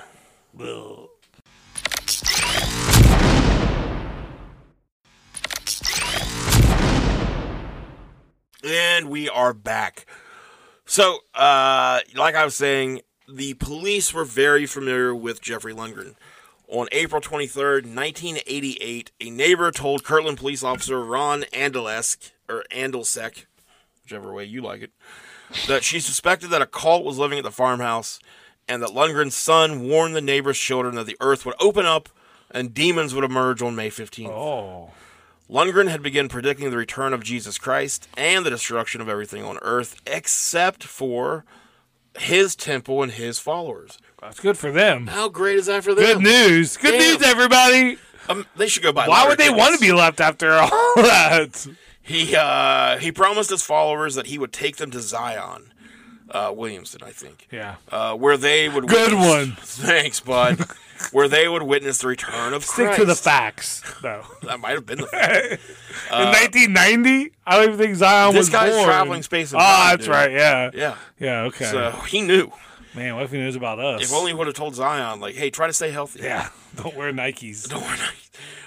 Speaker 3: And we are back. So, uh, like I was saying, the police were very familiar with Jeffrey Lundgren. On April 23rd, 1988, a neighbor told Kirtland police officer Ron Andelesk, or Andelsek, whichever way you like it, that she suspected that a cult was living at the farmhouse and that Lundgren's son warned the neighbor's children that the earth would open up and demons would emerge on May 15th.
Speaker 4: Oh.
Speaker 3: Lundgren had begun predicting the return of Jesus Christ and the destruction of everything on earth except for his temple and his followers.
Speaker 4: That's good for them.
Speaker 3: How great is that for them?
Speaker 4: Good news. Good
Speaker 3: Damn.
Speaker 4: news, everybody.
Speaker 3: Um, they should go buy.
Speaker 4: Why
Speaker 3: lottery
Speaker 4: would they
Speaker 3: tickets.
Speaker 4: want to be left after all that?
Speaker 3: He uh, he promised his followers that he would take them to Zion, uh, Williamson, I think,
Speaker 4: Yeah.
Speaker 3: uh, where they would.
Speaker 4: Good
Speaker 3: witness-
Speaker 4: one.
Speaker 3: Thanks, bud. where they would witness the return of
Speaker 4: Stick
Speaker 3: Christ.
Speaker 4: to the facts, though.
Speaker 3: That might have been the fact.
Speaker 4: In 1990, I don't even think Zion
Speaker 3: Uh, this
Speaker 4: was
Speaker 3: guy's
Speaker 4: born.
Speaker 3: traveling space
Speaker 4: Oh,
Speaker 3: and time,
Speaker 4: that's
Speaker 3: dude.
Speaker 4: right. Yeah.
Speaker 3: yeah.
Speaker 4: Yeah. Okay.
Speaker 3: So he knew.
Speaker 4: Man, what if he knows about us?
Speaker 3: If only he would have told Zion, like, "Hey, try to stay healthy."
Speaker 4: Yeah. Don't wear Nikes.
Speaker 3: Don't worry.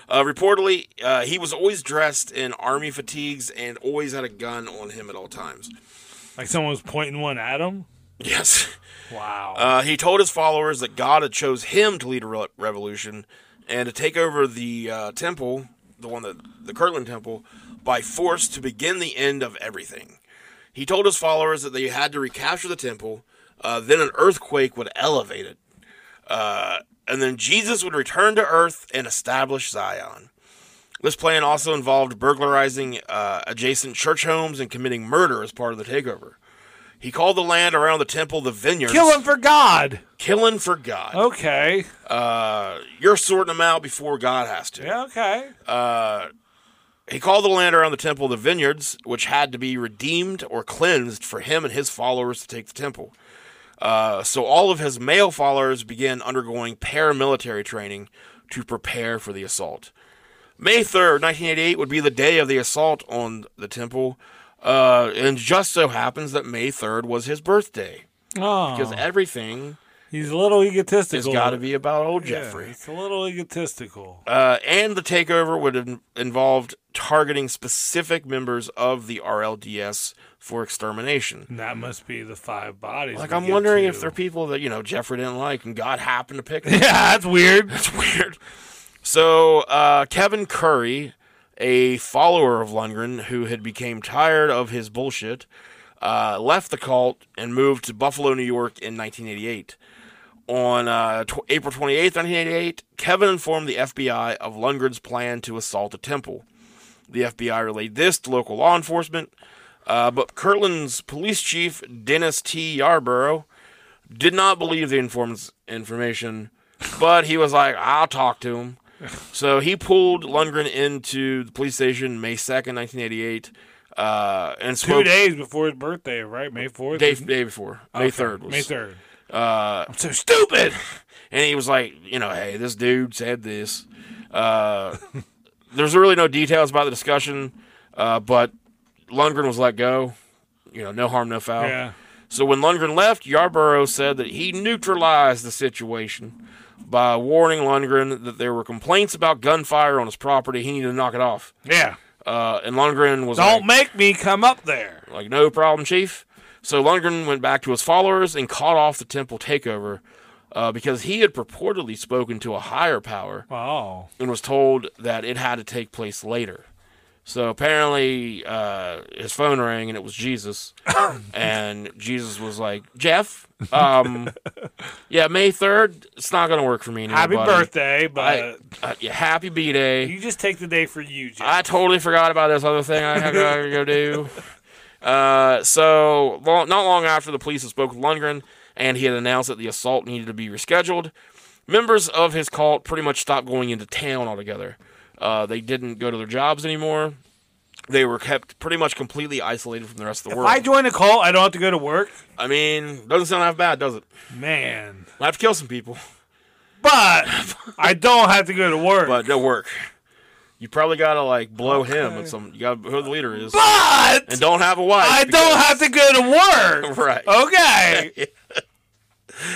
Speaker 3: Uh, reportedly, uh, he was always dressed in army fatigues and always had a gun on him at all times.
Speaker 4: Like someone was pointing one at him.
Speaker 3: Yes.
Speaker 4: Wow.
Speaker 3: Uh, he told his followers that God had chose him to lead a re- revolution and to take over the uh, temple, the one that the Kirtland Temple, by force to begin the end of everything. He told his followers that they had to recapture the temple, uh, then an earthquake would elevate it, uh, and then Jesus would return to earth and establish Zion. This plan also involved burglarizing uh, adjacent church homes and committing murder as part of the takeover. He called the land around the temple the vineyards
Speaker 4: Kill him for God.
Speaker 3: killing for God.
Speaker 4: Oh. Okay.
Speaker 3: Uh, you're sorting them out before God has to.
Speaker 4: Yeah. Okay.
Speaker 3: He called the land around the temple the vineyards, which had to be redeemed or cleansed for him and his followers to take the temple. Uh, so all of his male followers began undergoing paramilitary training to prepare for the assault. May 3rd, 1988 would be the day of the assault on the temple. Uh, and just so happens that May 3rd was his birthday because
Speaker 4: Oh,
Speaker 3: everything
Speaker 4: he's a little
Speaker 3: has
Speaker 4: egotistical.
Speaker 3: got to be about old
Speaker 4: Yeah,
Speaker 3: Jeffrey.
Speaker 4: It's a little egotistical.
Speaker 3: Uh, and the takeover would have involved targeting specific members of the RLDS for extermination.
Speaker 4: And that must be the five bodies.
Speaker 3: Like,
Speaker 4: we
Speaker 3: I'm
Speaker 4: get
Speaker 3: wondering
Speaker 4: to.
Speaker 3: if they're people that, you know, Jeffrey didn't like and God happened to pick
Speaker 4: Yeah,
Speaker 3: them.
Speaker 4: that's weird.
Speaker 3: That's weird. So, uh, Kevin Curry, a follower of Lundgren who had became tired of his bullshit, uh, left the cult and moved to Buffalo, New York in 1988. On uh, tw- April 28, 1988, Kevin informed the FBI of Lundgren's plan to assault the temple. The FBI relayed this to local law enforcement, uh, but Kirtland's police chief, Dennis T. Yarborough, did not believe the informant's information, but he was like, I'll talk to him. So he pulled Lundgren into the police station May 2nd, 1988, uh, and
Speaker 4: Two
Speaker 3: spoke
Speaker 4: days before his birthday, right? May fourth.
Speaker 3: day, day before, May 3rd. Was,
Speaker 4: May third.
Speaker 3: I'm so stupid. And he was like, you know, hey, this dude said this. Uh, there's really no details about the discussion, uh, but Lundgren was let go. You know, no harm, no foul.
Speaker 4: Yeah.
Speaker 3: So when Lundgren left, Yarborough said that he neutralized the situation by warning Lundgren that there were complaints about gunfire on his property. He needed to knock it off.
Speaker 4: Yeah.
Speaker 3: Uh, and Lundgren was like,
Speaker 4: Don't make me come up there.
Speaker 3: like, no problem, Chief. So Lundgren went back to his followers and caught off the temple takeover uh, because he had purportedly spoken to a higher power
Speaker 4: Oh.
Speaker 3: and was told that it had to take place later. So apparently, uh, his phone rang and it was Jesus, and Jesus was like, "Jeff, um, yeah, May third, it's not gonna work for me anymore."
Speaker 4: Happy uh,
Speaker 3: buddy.
Speaker 4: birthday, but
Speaker 3: I, I, yeah, happy B day.
Speaker 4: you just take the day for you, Jeff.
Speaker 3: I totally forgot about this other thing I had to go do. Uh, so long, not long after the police had spoke with Lundgren, and he had announced that the assault needed to be rescheduled. Members of his cult pretty much stopped going into town altogether. Uh, they didn't go to their jobs anymore. They were kept pretty much completely isolated from the rest of the
Speaker 4: if
Speaker 3: world.
Speaker 4: I join a cult, I don't have to go to work.
Speaker 3: I mean, doesn't sound half bad, does it?
Speaker 4: Man.
Speaker 3: I have to kill some people,
Speaker 4: But I don't have to go to work.
Speaker 3: but no work. You probably gotta like blow him and some. You gotta who the leader is,
Speaker 4: But
Speaker 3: and don't have a wife.
Speaker 4: I don't have to go to work.
Speaker 3: Right.
Speaker 4: Okay.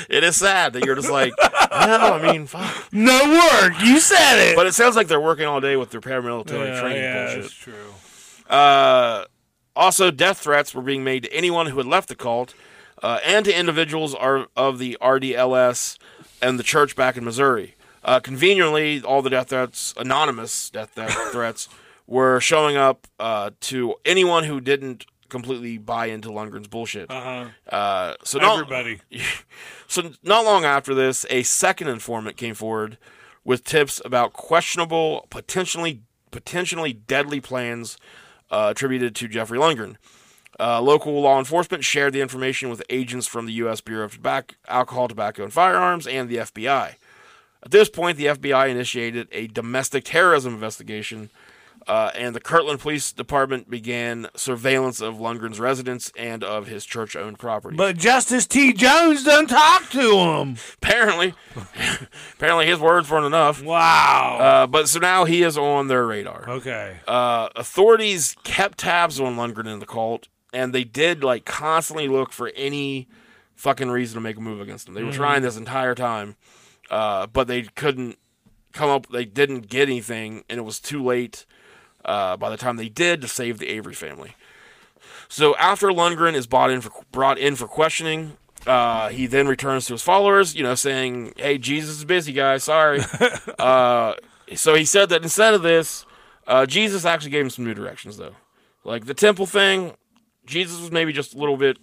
Speaker 3: It is sad that you're just like, no, I mean, fuck.
Speaker 4: No work. You said it.
Speaker 3: But it sounds like they're working all day with their paramilitary
Speaker 4: yeah,
Speaker 3: training
Speaker 4: yeah,
Speaker 3: bullshit.
Speaker 4: that's true.
Speaker 3: Uh, also, death threats were being made to anyone who had left the cult uh, and to individuals are, of the RDLS and the church back in Missouri. Uh, conveniently, all the death threats, anonymous death threat threats, were showing up uh, to anyone who didn't completely buy into Lundgren's bullshit.
Speaker 4: Uh-huh.
Speaker 3: Uh, so not,
Speaker 4: Everybody.
Speaker 3: So, not long after this, a second informant came forward with tips about questionable, potentially potentially deadly plans uh, attributed to Jeffrey Lundgren. Uh, local law enforcement shared the information with agents from the U.S. Bureau of Tobac- Alcohol, Tobacco, and Firearms and the FBI. At this point, the FBI initiated a domestic terrorism investigation, uh, and the Kirtland Police Department began surveillance of Lundgren's residence and of his church-owned property.
Speaker 4: But Justice T. Jones done talk to him.
Speaker 3: apparently, apparently his words weren't enough.
Speaker 4: Wow.
Speaker 3: Uh, but so now he is on their radar.
Speaker 4: okay.
Speaker 3: Uh, authorities kept tabs on Lundgren and the cult, and they did like constantly look for any fucking reason to make a move against him. They were trying this entire time, uh, but they couldn't come up. They didn't get anything, and it was too late uh, by the time they did to save the Avery family. So after Lundgren is brought in for brought in for questioning, uh, he then returns to his followers, you know, saying, "Hey, Jesus is busy, guys. Sorry." uh, so he said that instead of this, uh, Jesus actually gave him some new directions, though. Like the temple thing, Jesus was maybe just a little bit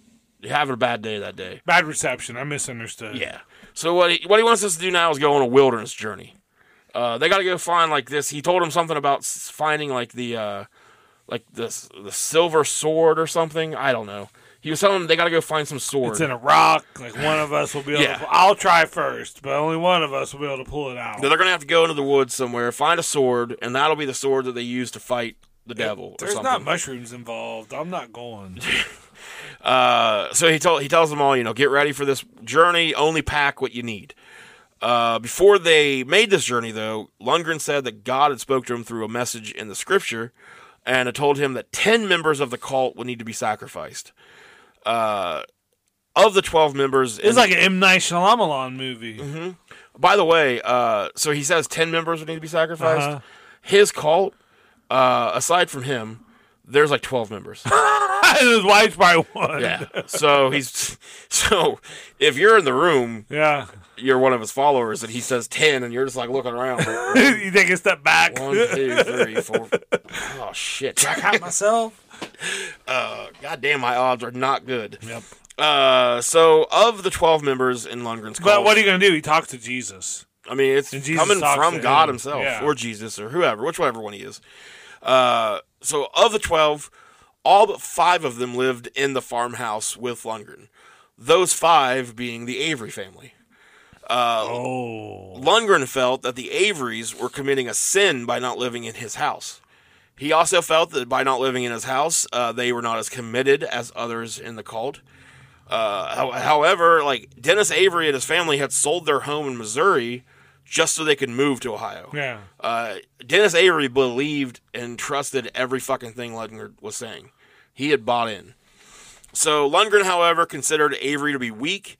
Speaker 3: having a bad day that day.
Speaker 4: Bad reception. I misunderstood.
Speaker 3: Yeah. So what he, what he wants us to do now is go on a wilderness journey. Uh, they got to go find like this. He told him something about s- finding like the uh, like the s- the silver sword or something. I don't know. He was telling them they got to go find some sword.
Speaker 4: It's in a rock. Like one of us will be able
Speaker 3: Yeah.
Speaker 4: to pull, I'll try first, but only one of us will be able to pull it out.
Speaker 3: Now, they're gonna have to go into the woods somewhere, find a sword, and that'll be the sword that they use to fight the devil or
Speaker 4: There's
Speaker 3: something.
Speaker 4: not mushrooms involved. I'm not going.
Speaker 3: Uh, so he told he tells them all, you know, get ready for this journey. Only pack what you need. Uh, before they made this journey, though, Lundgren said that God had spoke to him through a message in the Scripture, and had told him that ten members of the cult would need to be sacrificed. Uh, of the twelve members,
Speaker 4: It's like an M Night Shyamalan movie.
Speaker 3: by the way, uh, so he says ten members would need to be sacrificed.
Speaker 4: Uh-huh.
Speaker 3: His cult, uh, aside from him, there's like twelve members.
Speaker 4: His wife's probably one.
Speaker 3: Mm-hmm. yeah. So he's so if you're in the room,
Speaker 4: Yeah.
Speaker 3: you're one of his followers and he says 10 and you're just like looking around like,
Speaker 4: you take a step back.
Speaker 3: one two three four oh shit
Speaker 4: Caught myself.
Speaker 3: god damn my odds are not good
Speaker 4: Yep.
Speaker 3: uh so of the 12 members in lundgren's cult
Speaker 4: But what are you gonna do? He talks to Jesus.
Speaker 3: i mean it's
Speaker 4: And Jesus
Speaker 3: coming
Speaker 4: talks
Speaker 3: from
Speaker 4: to
Speaker 3: god
Speaker 4: him.
Speaker 3: himself
Speaker 4: Yeah.
Speaker 3: or jesus or whoever whichever one he is uh so of the 12 all but five of them lived in the farmhouse with lundgren those five being the avery family
Speaker 4: Oh.
Speaker 3: Lundgren felt that the Averys were committing a sin by not living in his house. He also felt that by not living in his house, uh, they were not as committed as others in the cult. Uh, how- however, like Dennis Avery and his family had sold their home in Missouri just so they could move to Ohio.
Speaker 4: Yeah.
Speaker 3: Uh, Dennis Avery believed and trusted every fucking thing Lundgren was saying. He had bought in. So Lundgren, however, considered Avery to be weak,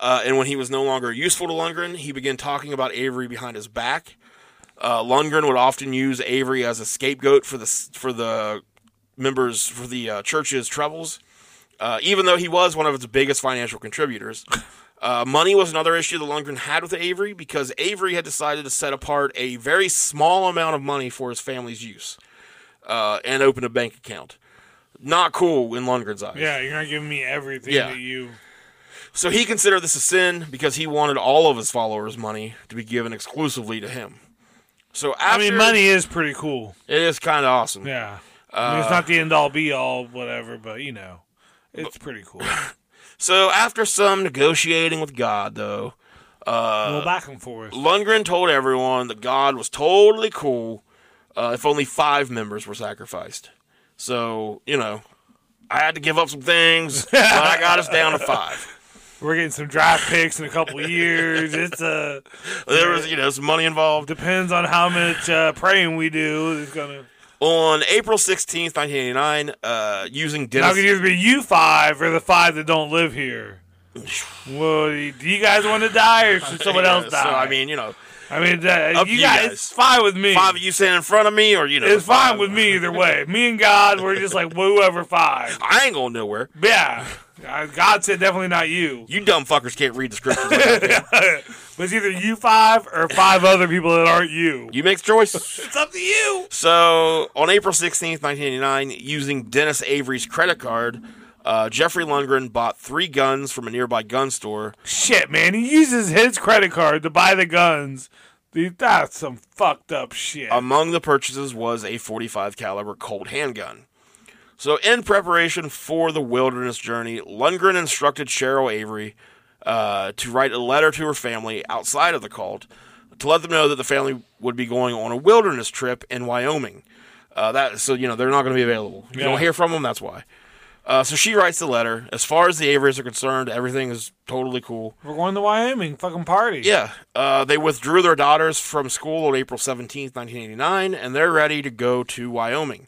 Speaker 3: uh, and when he was no longer useful to Lundgren, he began talking about Avery behind his back. Uh, Lundgren would often use Avery as a scapegoat for the for the members for the uh, church's troubles, uh, even though he was one of its biggest financial contributors. Uh, money was another issue that Lundgren had with Avery because Avery had decided to set apart a very small amount of money for his family's use. uh, and open a bank account. Not cool in Lundgren's eyes.
Speaker 4: Yeah, you're not giving me everything
Speaker 3: Yeah.
Speaker 4: that you.
Speaker 3: So he considered this a sin because he wanted all of his followers' money to be given exclusively to him. So
Speaker 4: I
Speaker 3: after,
Speaker 4: mean, money is pretty cool.
Speaker 3: It is kind of awesome.
Speaker 4: Yeah. I mean, it's not
Speaker 3: Uh,
Speaker 4: the end all be all, whatever, but you know, it's pretty cool.
Speaker 3: uh, So after some negotiating with God, though,
Speaker 4: well, back and forth.
Speaker 3: Lundgren told everyone that God was totally cool uh, if only five members were sacrificed. So, you know, I had to give up some things, but I got us down to five.
Speaker 4: We're getting some draft picks in a couple of years. It's uh,
Speaker 3: There was, you know, some money involved.
Speaker 4: depends on how much uh, praying we do. It's gonna.
Speaker 3: On April 16th, 1989, uh, using
Speaker 4: How can
Speaker 3: Dennis.
Speaker 4: either be you five or the five that don't live here? Well, do you guys want to die or should someone else
Speaker 3: Yeah,
Speaker 4: die?
Speaker 3: So, I mean, you know,
Speaker 4: I mean, uh,
Speaker 3: up to
Speaker 4: you
Speaker 3: you
Speaker 4: guys,
Speaker 3: guys.
Speaker 4: it's fine with me.
Speaker 3: five of you standing in front of me, or, you know.
Speaker 4: it's
Speaker 3: the
Speaker 4: fine
Speaker 3: five-
Speaker 4: with me either way. me and God, we're just like whoever five.
Speaker 3: I ain't going nowhere.
Speaker 4: Yeah, Uh, God said definitely not you.
Speaker 3: You dumb fuckers can't read the scriptures. like I can.
Speaker 4: But it's either you five or five other people that aren't you.
Speaker 3: you make the choice.
Speaker 4: It's up to you.
Speaker 3: So on April 16th, 1989, using Dennis Avery's credit card, uh, Jeffrey Lundgren bought three guns from a nearby gun store.
Speaker 4: Shit, man, he uses his credit card to buy the guns. Dude, that's some fucked up shit.
Speaker 3: Among the purchases was a 45 caliber Colt handgun. So in preparation for the wilderness journey, Lundgren instructed Cheryl Avery uh, to write a letter to her family outside of the cult to let them know that the family would be going on a wilderness trip in Wyoming. Uh, that so you know they're not going to be available. If You
Speaker 4: Yeah.
Speaker 3: don't hear from them. That's why. Uh, so she writes the letter. As far as the Averys are concerned, everything is totally cool.
Speaker 4: We're going to Wyoming, fucking party.
Speaker 3: Yeah. Uh, they withdrew their daughters from school on April 17th, 1989, and they're ready to go to Wyoming.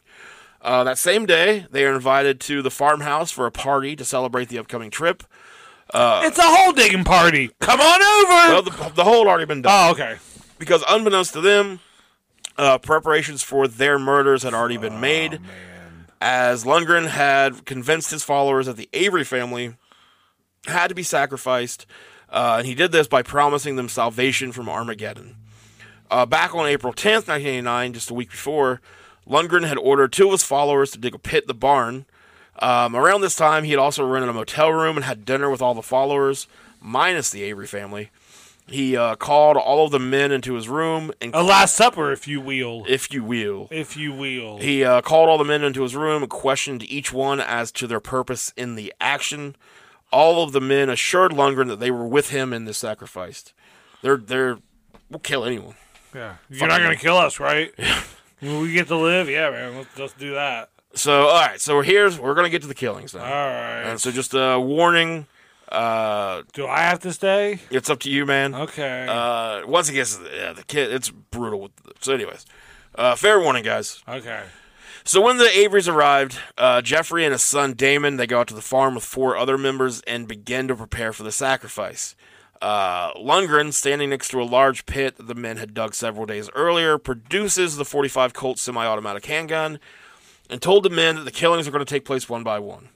Speaker 3: Uh, that same day, they are invited to the farmhouse for a party to celebrate the upcoming trip.
Speaker 4: It's a hole digging party. Come on over.
Speaker 3: Well, the, the whole had already been done
Speaker 4: oh, okay.
Speaker 3: because, unbeknownst to them, uh, preparations for their murders had already been made. As Lundgren had convinced his followers that the Avery family had to be sacrificed, uh, and he did this by promising them salvation from Armageddon. Uh, back on April 10th, 1989, just a week before, Lundgren had ordered two of his followers to dig a pit in the barn. Um, around this time, he had also rented a motel room and had dinner with all the followers, minus the Avery family. He uh, called all of the men into his room, and
Speaker 4: A last supper, if you will.
Speaker 3: if you will,
Speaker 4: If you will.
Speaker 3: he uh, called all the men into his room and questioned each one as to their purpose in the action. All of the men assured Lundgren that they were with him in this sacrifice. They're they're we'll kill anyone.
Speaker 4: Yeah. You're not going to kill us, right? When we get to live, yeah, man, let's, let's do that.
Speaker 3: So all right, so here's we're gonna get to the killings now.
Speaker 4: All right.
Speaker 3: And so just a warning. Uh,
Speaker 4: Do I have to stay?
Speaker 3: it's up to you, man.
Speaker 4: Okay.
Speaker 3: Uh, once it gets yeah, the kid, it's brutal. So anyways, uh, fair warning, guys.
Speaker 4: okay.
Speaker 3: So when the Averys arrived, uh, Jeffrey and his son Damon they go out to the farm with four other members and begin to prepare for the sacrifice. Uh, Lundgren, standing next to a large pit that the men had dug several days earlier, produces the 45 Colt semi-automatic handgun and told the men that the killings are going to take place one by one.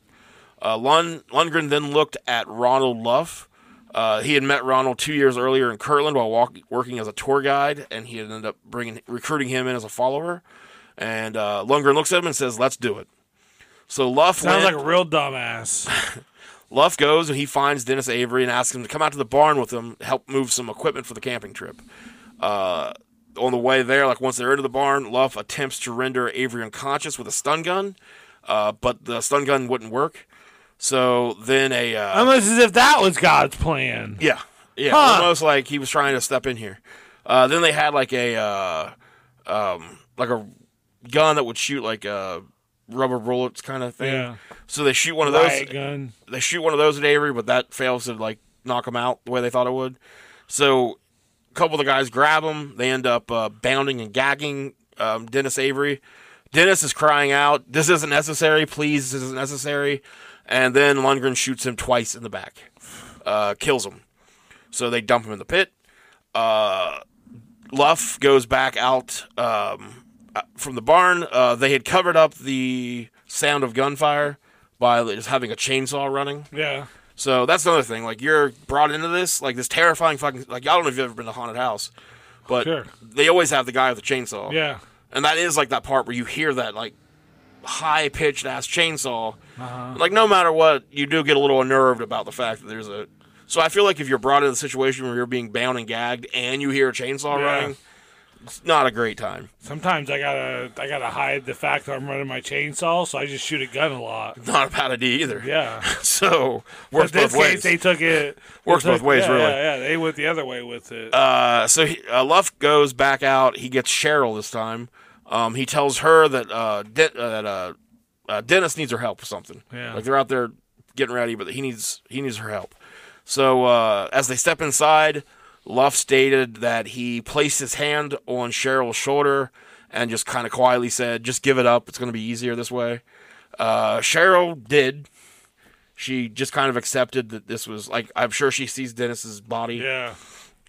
Speaker 3: Uh, Lund- Lundgren then looked at Ronald Luff. Uh, he had met Ronald two years earlier in Kirtland while walk- working as a tour guide, and he had ended up bringing recruiting him in as a follower. And uh, Lundgren looks at him and says, "Let's do it." So Luff
Speaker 4: Sounds
Speaker 3: went-
Speaker 4: like a real dumbass.
Speaker 3: Luff goes and he finds Dennis Avery and asks him to come out to the barn with him, help move some equipment for the camping trip. Uh, on the way there, like once they're into the barn, Luff attempts to render Avery unconscious with a stun gun, uh, but the stun gun wouldn't work. So then a uh,
Speaker 4: Almost as if that was God's plan.
Speaker 3: yeah, yeah,
Speaker 4: Huh.
Speaker 3: almost like he was trying to step in here. Uh, then they had like a uh, um, like a gun that would shoot like uh, rubber bullets kind of thing.
Speaker 4: Yeah.
Speaker 3: So they shoot one of those
Speaker 4: Riot gun.
Speaker 3: they shoot one of those at Avery, but that fails to like knock him out the way they thought it would. So a couple of the guys grab him. They end up uh, bounding and gagging um, Dennis Avery. Dennis is crying out, "This isn't necessary, please! This isn't necessary!" And then Lundgren shoots him twice in the back, uh, kills him. So they dump him in the pit. Uh, Luff goes back out um, uh, from the barn. Uh, they had covered up the sound of gunfire by just having a chainsaw running.
Speaker 4: Yeah.
Speaker 3: So that's another thing. Like you're brought into this, like this terrifying fucking. Like I don't know if you've ever been to haunted house, but
Speaker 4: Sure.
Speaker 3: they always have the guy with the chainsaw.
Speaker 4: Yeah.
Speaker 3: and that is like that part where you hear that like high pitched ass chainsaw.
Speaker 4: Uh-huh.
Speaker 3: Like no matter what, you do get a little unnerved about the fact that there's a. So I feel like if you're brought into a situation where you're being bound and gagged and you hear a chainsaw
Speaker 4: Yeah.
Speaker 3: running, it's not a great time.
Speaker 4: Sometimes I gotta I gotta hide the fact that I'm running my chainsaw, so I just shoot a gun a lot.
Speaker 3: Not a bad idea either.
Speaker 4: Yeah.
Speaker 3: So works
Speaker 4: But
Speaker 3: both
Speaker 4: this case,
Speaker 3: ways.
Speaker 4: they took it. they
Speaker 3: Works both
Speaker 4: took-
Speaker 3: ways,
Speaker 4: yeah,
Speaker 3: really.
Speaker 4: Yeah, yeah, they went the other way with it.
Speaker 3: Uh, so he, uh, Luff goes back out. He gets Cheryl this time. Um, he tells her that uh, De- uh, that uh, uh, Dennis needs her help with something.
Speaker 4: Yeah.
Speaker 3: Like they're out there getting ready, but he needs he needs her help. So uh, as they step inside, Luff stated that he placed his hand on Cheryl's shoulder and just kind of quietly said, "Just give it up. It's going to be easier this way." Uh, Cheryl did. She just kind of accepted that this was like I'm sure she sees Dennis's body
Speaker 4: yeah.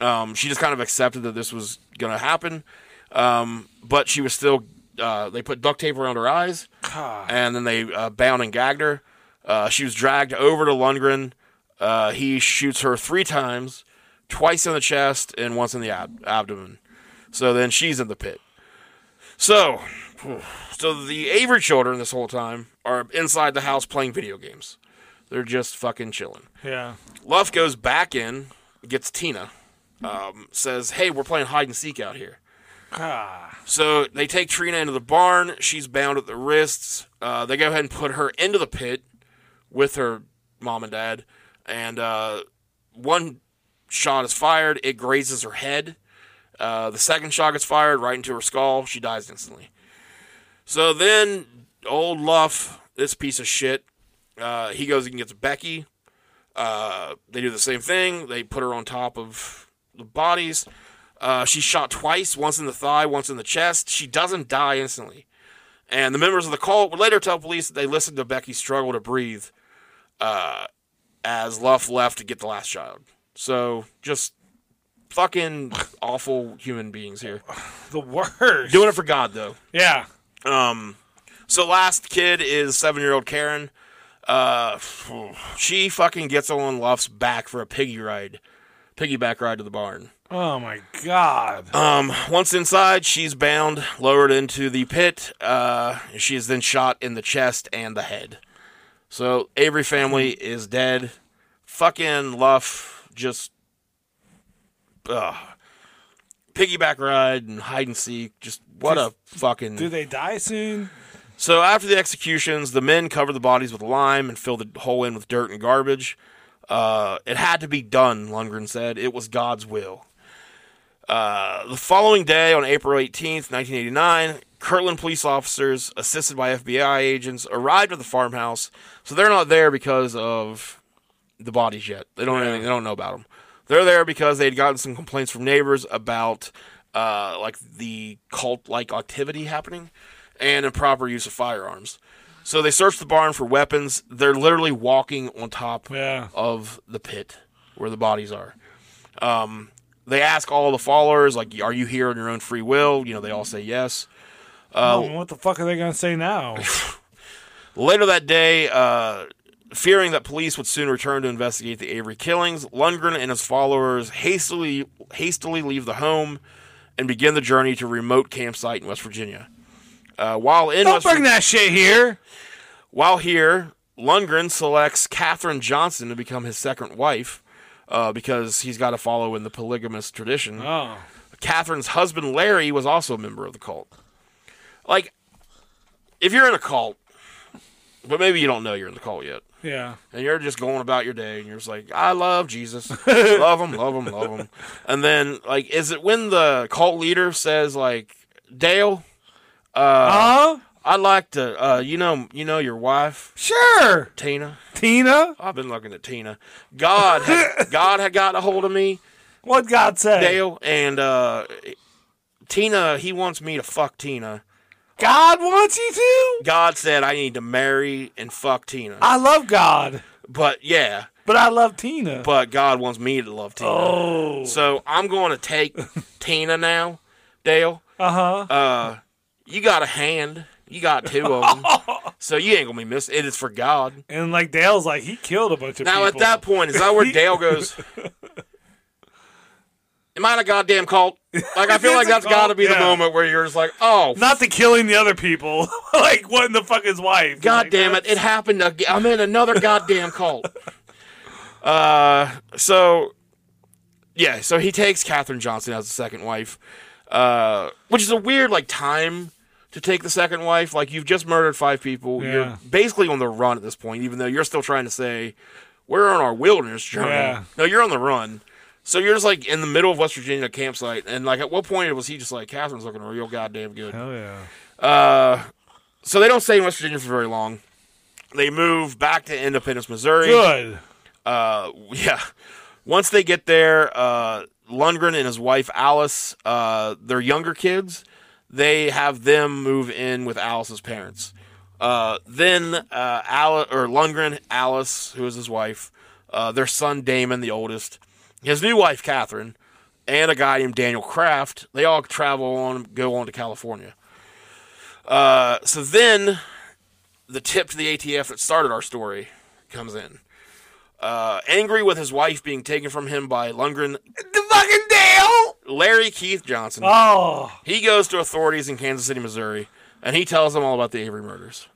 Speaker 3: um, she just kind of accepted that this was going to happen. Um, but she was still, uh, they put duct tape around her eyes and then they uh, bound and gagged her. Uh, she was dragged over to Lundgren. Uh, he shoots her three times, twice in the chest and once in the ab- abdomen. So then she's in the pit. So, so the Avery children this whole time are inside the house playing video games. They're just fucking chilling.
Speaker 4: Yeah.
Speaker 3: Luff goes back in, gets Tina, um, says, "Hey, we're playing hide and seek out here." So they take Trina into the barn. She's bound at the wrists. Uh, they go ahead and put her into the pit with her mom and dad. And uh, one shot is fired. It grazes her head. Uh, the second shot gets fired right into her skull. She dies instantly. So then, old Luff, this piece of shit, uh, he goes and gets Becky. Uh, they do the same thing. They put her on top of the bodies. Uh, she's shot twice, once in the thigh, once in the chest. She doesn't die instantly. And the members of the cult would later tell police that they listened to Becky struggle to breathe uh, as Luff left to get the last child. So just fucking awful human beings here.
Speaker 4: The worst.
Speaker 3: Doing it for God, though.
Speaker 4: yeah.
Speaker 3: Um, So last kid is seven year old Karen. Uh, she fucking gets on Luff's back for a piggy ride, piggyback ride to the barn.
Speaker 4: Oh my god.
Speaker 3: Um, once inside, she's bound, lowered into the pit. Uh, she is then shot in the chest and the head. So Avery family is dead. Fucking Luff just ugh. piggyback ride and hide and seek. Just what a fucking
Speaker 4: Do they die soon?
Speaker 3: so after the executions, the men covered the bodies with lime and filled the hole in with dirt and garbage. Uh, it had to be done, Lundgren said. It was God's will. Uh, the following day, on April 18th, 1989, Kirtland police officers, assisted by FBI agents, arrived at the farmhouse. So they're not there because of the bodies yet. They don't. They don't know about them. They're there because they had gotten some complaints from neighbors about uh, like the cult-like activity happening and improper use of firearms. So they searched the barn for weapons. They're literally walking on top
Speaker 4: Yeah.
Speaker 3: of the pit where the bodies are. Um, they ask all the followers, like, "Are you here on your own free will?" You know, they all say yes.
Speaker 4: oh, what the fuck are they gonna say now?
Speaker 3: Later that day, uh, fearing that police would soon return to investigate the Avery killings, Lundgren and his followers hastily hastily leave the home and begin the journey to a remote campsite in West Virginia. Uh, while in
Speaker 4: Don't
Speaker 3: West
Speaker 4: bring that shit here.
Speaker 3: While here, Lundgren selects Katherine Johnson to become his second wife uh, because he's got to follow in the polygamous tradition.
Speaker 4: Oh.
Speaker 3: Catherine's husband Larry was also a member of the cult. Like, if you're in a cult, but maybe you don't know you're in the cult yet,
Speaker 4: Yeah.
Speaker 3: and you're just going about your day, and you're just like, I love Jesus, love him, love him, love him, and then like, is it when the cult leader says like, Dale,
Speaker 4: Huh?
Speaker 3: I'd like to, uh, you know, you know your wife
Speaker 4: Sure.
Speaker 3: Tina.
Speaker 4: Tina?
Speaker 3: I've been looking at Tina. God, had, God had got a hold of me,
Speaker 4: What God said?
Speaker 3: Dale, and uh, Tina. He wants me to fuck Tina.
Speaker 4: God wants you to?
Speaker 3: God said I need to marry and fuck Tina.
Speaker 4: I love God,
Speaker 3: But yeah,
Speaker 4: but I love Tina.
Speaker 3: but God wants me to love Tina.
Speaker 4: oh.
Speaker 3: So I'm going to take Tina now, Dale.
Speaker 4: Uh-huh.
Speaker 3: You got a hand. You got two of them. so you ain't gonna be missed. It is for God.
Speaker 4: and like Dale's like he killed a bunch of
Speaker 3: Now
Speaker 4: people.
Speaker 3: at that point, is that where Dale goes? Am I in a goddamn cult? Like I feel
Speaker 4: It's
Speaker 3: like
Speaker 4: a
Speaker 3: that's
Speaker 4: cult,
Speaker 3: got to be the
Speaker 4: yeah.
Speaker 3: moment where you're just like, oh,
Speaker 4: Not the killing the other people. like, what in the fuck is wife?
Speaker 3: God
Speaker 4: Like,
Speaker 3: damn it!
Speaker 4: that's-
Speaker 3: It happened again. I'm in another goddamn cult. Uh, so yeah, so he takes Katherine Johnson as a second wife, uh, which is a weird like time to take the second wife. Like you've just murdered five people.
Speaker 4: Yeah.
Speaker 3: You're basically on the run at this point, even though you're still trying to say we're on our wilderness journey.
Speaker 4: Yeah.
Speaker 3: No, you're on the run. So you're just like in the middle of West Virginia campsite, and like at what point was he just like Catherine's looking real goddamn good?
Speaker 4: Hell yeah.
Speaker 3: So they don't stay in West Virginia for very long. They move back to Independence, Missouri.
Speaker 4: Good.
Speaker 3: Uh, yeah. Once they get there, uh, Lundgren and his wife Alice, uh, their younger kids, they have them move in with Alice's parents. Uh, then uh, Alice or Lundgren, Alice, who is his wife, uh, their son Damon, the oldest, his new wife Catherine, and a guy named Daniel Kraft. They all travel on, go on to California. Uh, so then, the tip to the ATF that started our story comes in uh, angry with his wife being taken from him by Lundgren,
Speaker 4: The fucking Dale!
Speaker 3: Larry Keith Johnson.
Speaker 4: Oh.
Speaker 3: He goes to authorities in Kansas City, Missouri, and he tells them all about the Avery murders.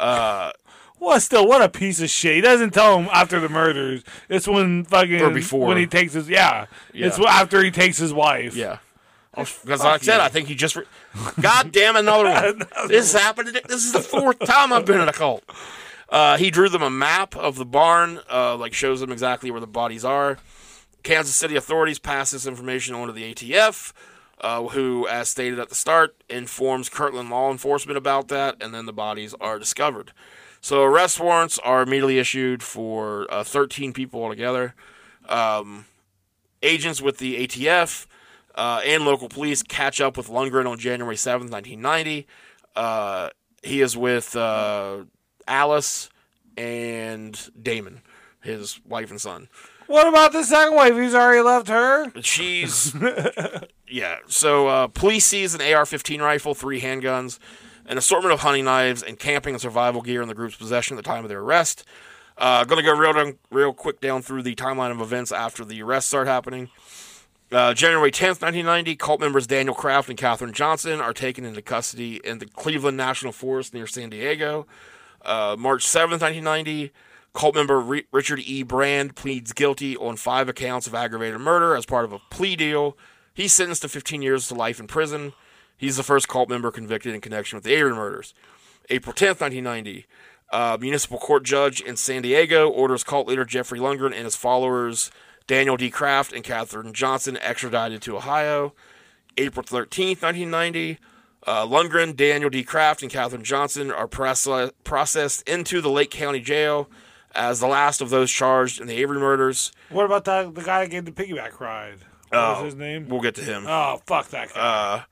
Speaker 4: Well, still, what a piece of shit. He doesn't tell him after the murders. It's when fucking.
Speaker 3: Or before.
Speaker 4: When he takes his. Yeah. It's after he takes his wife.
Speaker 3: Yeah. Oh, Because, like I said, I think he just. Re- God damn another one. this happened. today- This is the fourth time I've been in a cult. Uh, he drew them a map of the barn, uh, like shows them exactly where the bodies are. Kansas City authorities pass this information on to the ATF, uh, who, as stated at the start, informs Kirtland law enforcement about that, and then the bodies are discovered. So arrest warrants are immediately issued for uh, 13 people altogether. Um, agents with the ATF uh, and local police catch up with Lundgren on January 7th, 1990. Uh, he is with uh, Alice and Damon, his wife and son.
Speaker 4: What about the second wife? He's already left her?
Speaker 3: She's yeah. So uh, police seize an AR-15 rifle, three handguns, an assortment of hunting knives, and camping and survival gear in the group's possession at the time of their arrest. Uh, gonna go real down, real quick down through the timeline of events after the arrests start happening. Uh, January 10th, 1990, cult members Daniel Kraft and Katherine Johnson are taken into custody in the Cleveland National Forest near San Diego. Uh, March 7th, 1990, cult member Re- Richard E. Brand pleads guilty on five accounts of aggravated murder as part of a plea deal. He's sentenced to 15 years to life in prison. He's the first cult member convicted in connection with the Avery murders. April 10th, 1990, uh, municipal court judge in San Diego orders cult leader Jeffrey Lundgren and his followers Daniel D. Kraft and Catherine Johnson extradited to Ohio. April 13th, 1990, uh, Lundgren, Daniel D. Kraft, and Catherine Johnson are proce- processed into the Lake County Jail as the last of those charged in the Avery murders.
Speaker 4: What about that, the guy that gave the piggyback ride? What
Speaker 3: Oh.
Speaker 4: was his name?
Speaker 3: We'll get to him.
Speaker 4: Oh, fuck that guy.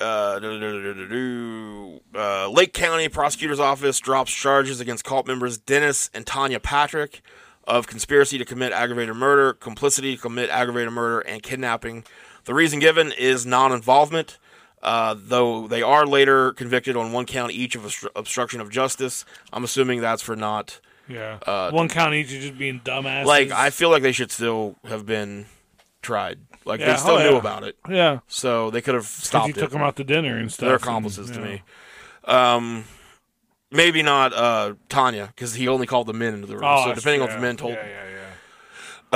Speaker 3: uh, do-do-do-do-do-do. Uh, Lake County Prosecutor's Office drops charges against cult members Dennis and Tanya Patrick of conspiracy to commit aggravated murder, complicity to commit aggravated murder, and kidnapping. The reason given is non involvement, uh, though they are later convicted on one count each of obstru- obstruction of justice. I'm assuming that's for not.
Speaker 4: yeah. One count each of just being dumbasses.
Speaker 3: uh, Like, I feel like they should still have been tried. Like,
Speaker 4: Yeah,
Speaker 3: they still
Speaker 4: oh,
Speaker 3: knew
Speaker 4: yeah.
Speaker 3: about it.
Speaker 4: Yeah.
Speaker 3: So they could have stopped
Speaker 4: Because you
Speaker 3: it.
Speaker 4: took him out to dinner and stuff.
Speaker 3: They're
Speaker 4: and,
Speaker 3: accomplices to
Speaker 4: yeah.
Speaker 3: me. Um, maybe not uh, Tanya because he only called the men into the room.
Speaker 4: Oh,
Speaker 3: so depending on
Speaker 4: yeah.
Speaker 3: if the men told.
Speaker 4: Yeah, yeah, yeah.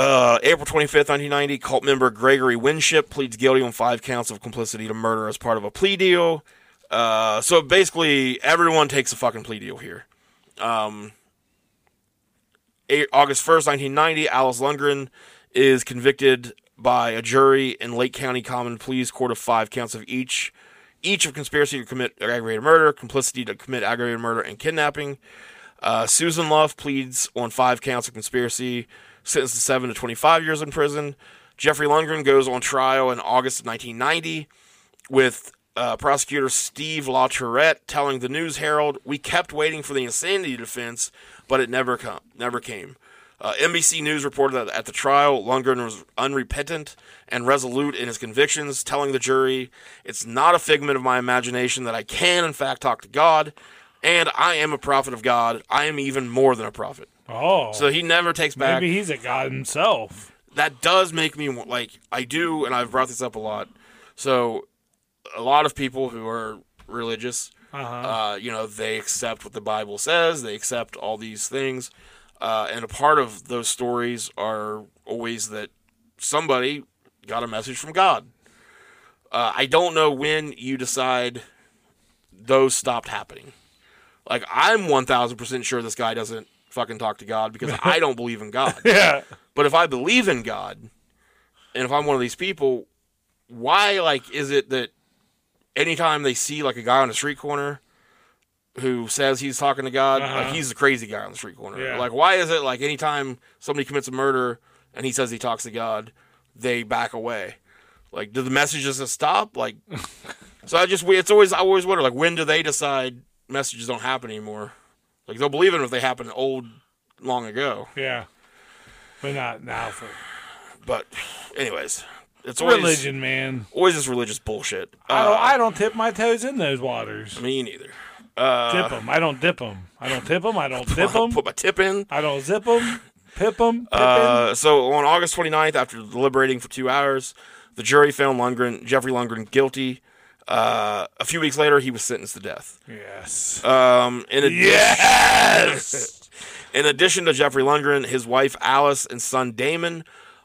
Speaker 3: Uh, April twenty fifth, nineteen ninety, cult member Gregory Winship pleads guilty on five counts of complicity to murder as part of a plea deal. Uh, so basically, everyone takes a fucking plea deal here. eight, August 1st, 1990, Alice Lundgren is convicted by a jury in Lake County Common Pleas Court of five counts of each, each of conspiracy to commit aggravated murder, complicity to commit aggravated murder, and kidnapping. Uh, Susan Love pleads on five counts of conspiracy, sentenced to seven to 25 years in prison. Jeffrey Lundgren goes on trial in August of 1990 with uh, prosecutor Steve LaTourette telling the News Herald, "We kept waiting for the insanity defense, but it never come, never came." Uh, NBC News reported that at the trial, Lundgren was unrepentant and resolute in his convictions, telling the jury, "It's not a figment of my imagination that I can, in fact, talk to God, and I am a prophet of God. I am even more than a prophet."
Speaker 4: Oh.
Speaker 3: So he never takes back.
Speaker 4: maybe he's a god himself.
Speaker 3: that does make me wa- like I do, and I've brought this up a lot. So, a lot of people who are religious,
Speaker 4: Uh-huh.
Speaker 3: uh, you know, they accept what the Bible says. They accept all these things, uh, and a part of those stories are always that somebody got a message from God. Uh, I don't know when you decide those stopped happening. Like I'm 1000% sure this guy doesn't fucking talk to God because I don't believe in God.
Speaker 4: Yeah.
Speaker 3: But if I believe in God, and if I'm one of these people, why like is it that anytime they see like a guy on a street corner who says he's talking to God, like he's the crazy guy on the street corner?
Speaker 4: Yeah.
Speaker 3: Like why is it like anytime somebody commits a murder and he says he talks to God, they back away? Like do the messages just stop? Like so I just it's always I always wonder like when do they decide messages don't happen anymore? Like they'll believe in them if they happen old long ago.
Speaker 4: Yeah. But not now for
Speaker 3: But, anyways, it's always
Speaker 4: religion, man.
Speaker 3: always this religious bullshit.
Speaker 4: I,
Speaker 3: Uh,
Speaker 4: don't, I don't tip my toes in those waters.
Speaker 3: me neither.
Speaker 4: Tip 'em. tip them. I don't dip them. I don't tip them. I don't dip
Speaker 3: I'll
Speaker 4: them.
Speaker 3: Uh, put my tip in.
Speaker 4: I don't zip them. Pip them.
Speaker 3: Uh, so on August 29th, after deliberating for two hours, the jury found Lundgren, Jeffrey Lundgren, guilty. Uh, a few weeks later, he was sentenced to death.
Speaker 4: yes.
Speaker 3: Um, in, addi-
Speaker 4: yes.
Speaker 3: in addition to Jeffrey Lundgren, his wife Alice and son Damon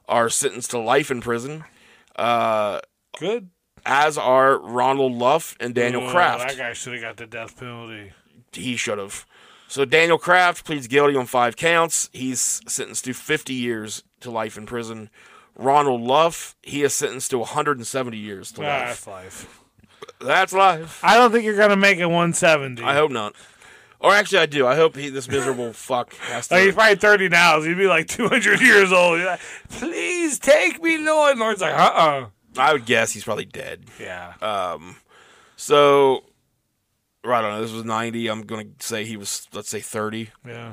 Speaker 3: are sentenced to life in prison,
Speaker 4: Good.
Speaker 3: as are Ronald Luff and Daniel
Speaker 4: Oh,
Speaker 3: Kraft.
Speaker 4: That guy should have got the death penalty.
Speaker 3: he should have. So Daniel Kraft pleads guilty on five counts. He's sentenced to 50 years to life in prison. Ronald Luff, he is sentenced to 170 years to life.
Speaker 4: Ah, that's life.
Speaker 3: That's life.
Speaker 4: I don't think you're gonna make it 170.
Speaker 3: I hope not. Or actually, I do. I hope he, this miserable fuck has to.
Speaker 4: Like he's probably 30 now, so he'd be like 200 years old. He's like, Please take me, Lord. Lord's like, uh uh
Speaker 3: I would guess he's probably dead. Um,
Speaker 4: Yeah.
Speaker 3: So, right on. This was 90. I'm going to say he was, let's say, 30.
Speaker 4: yeah.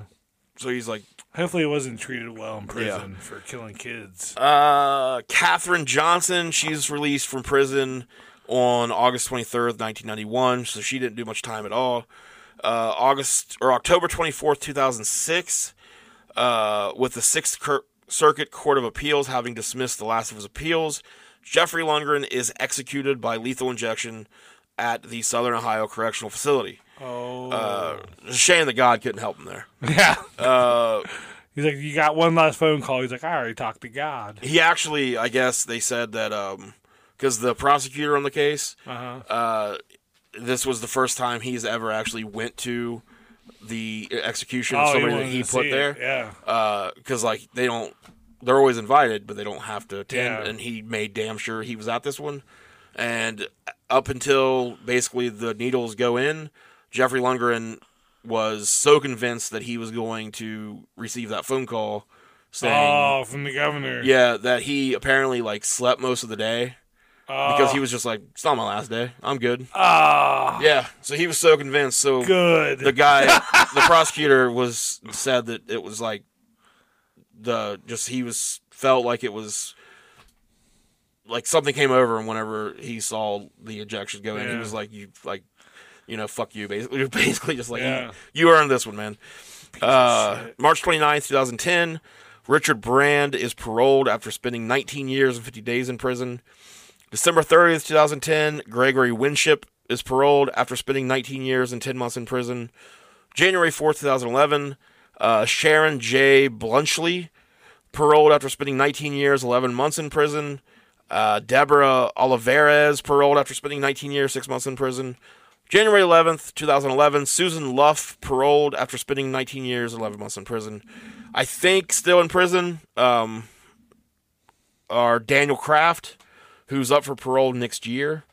Speaker 3: So he's like
Speaker 4: Hopefully, he wasn't treated well in prison for killing kids.
Speaker 3: Uh, Katherine Johnson, she's released from prison on August 23rd, 1991, so she didn't do much time at all. Uh, August or October 24th, 2006, uh, with the Sixth Cur- Circuit Court of Appeals having dismissed the last of his appeals, Jeffrey Lundgren is executed by lethal injection at the Southern Ohio Correctional Facility.
Speaker 4: oh.
Speaker 3: Uh, it's a shame that God couldn't help him there.
Speaker 4: yeah.
Speaker 3: Uh,
Speaker 4: he's like, You got one last phone call. He's like, I already talked to God.
Speaker 3: He actually, I guess they said that because the prosecutor on the case,
Speaker 4: Uh-huh.
Speaker 3: uh, this was the first time he's ever actually went to the execution of
Speaker 4: Oh,
Speaker 3: somebody
Speaker 4: wanted
Speaker 3: that he
Speaker 4: to
Speaker 3: put
Speaker 4: see it.
Speaker 3: there.
Speaker 4: Yeah.
Speaker 3: Because like they don't, they're always invited, but they don't have to attend.
Speaker 4: Yeah.
Speaker 3: And he made damn sure he was at this one. And up until basically the needles go in, Jeffrey Lundgren was so convinced that he was going to receive that phone call saying.
Speaker 4: Oh, from the governor.
Speaker 3: Yeah, that he apparently like slept most of the day
Speaker 4: Oh,
Speaker 3: because he was just like, "It's not my last day. I'm good."
Speaker 4: oh,
Speaker 3: Yeah, so he was so convinced. So
Speaker 4: good.
Speaker 3: the guy, the prosecutor, was said that it was like the just he was felt like it was like something came over him whenever he saw the ejection go in. He
Speaker 4: Yeah.
Speaker 3: was like, "You like." You know, fuck you. Basically, basically just like
Speaker 4: Yeah.
Speaker 3: you, you earned this one, man. Uh, March 29th, 2010, Richard Brand is paroled after spending 19 years and 50 days in prison. December 30th, 2010, Gregory Winship is paroled after spending 19 years and 10 months in prison. January 4th, 2011, uh, Sharon J. Blunchley, paroled after spending 19 years, 11 months in prison. Uh, Deborah Olivares, paroled after spending 19 years, 6 months in prison. January 11th, 2011, Susan Luff, paroled after spending 19 years, 11 months in prison. I think still in prison um, are Daniel Kraft, who's up for parole next year.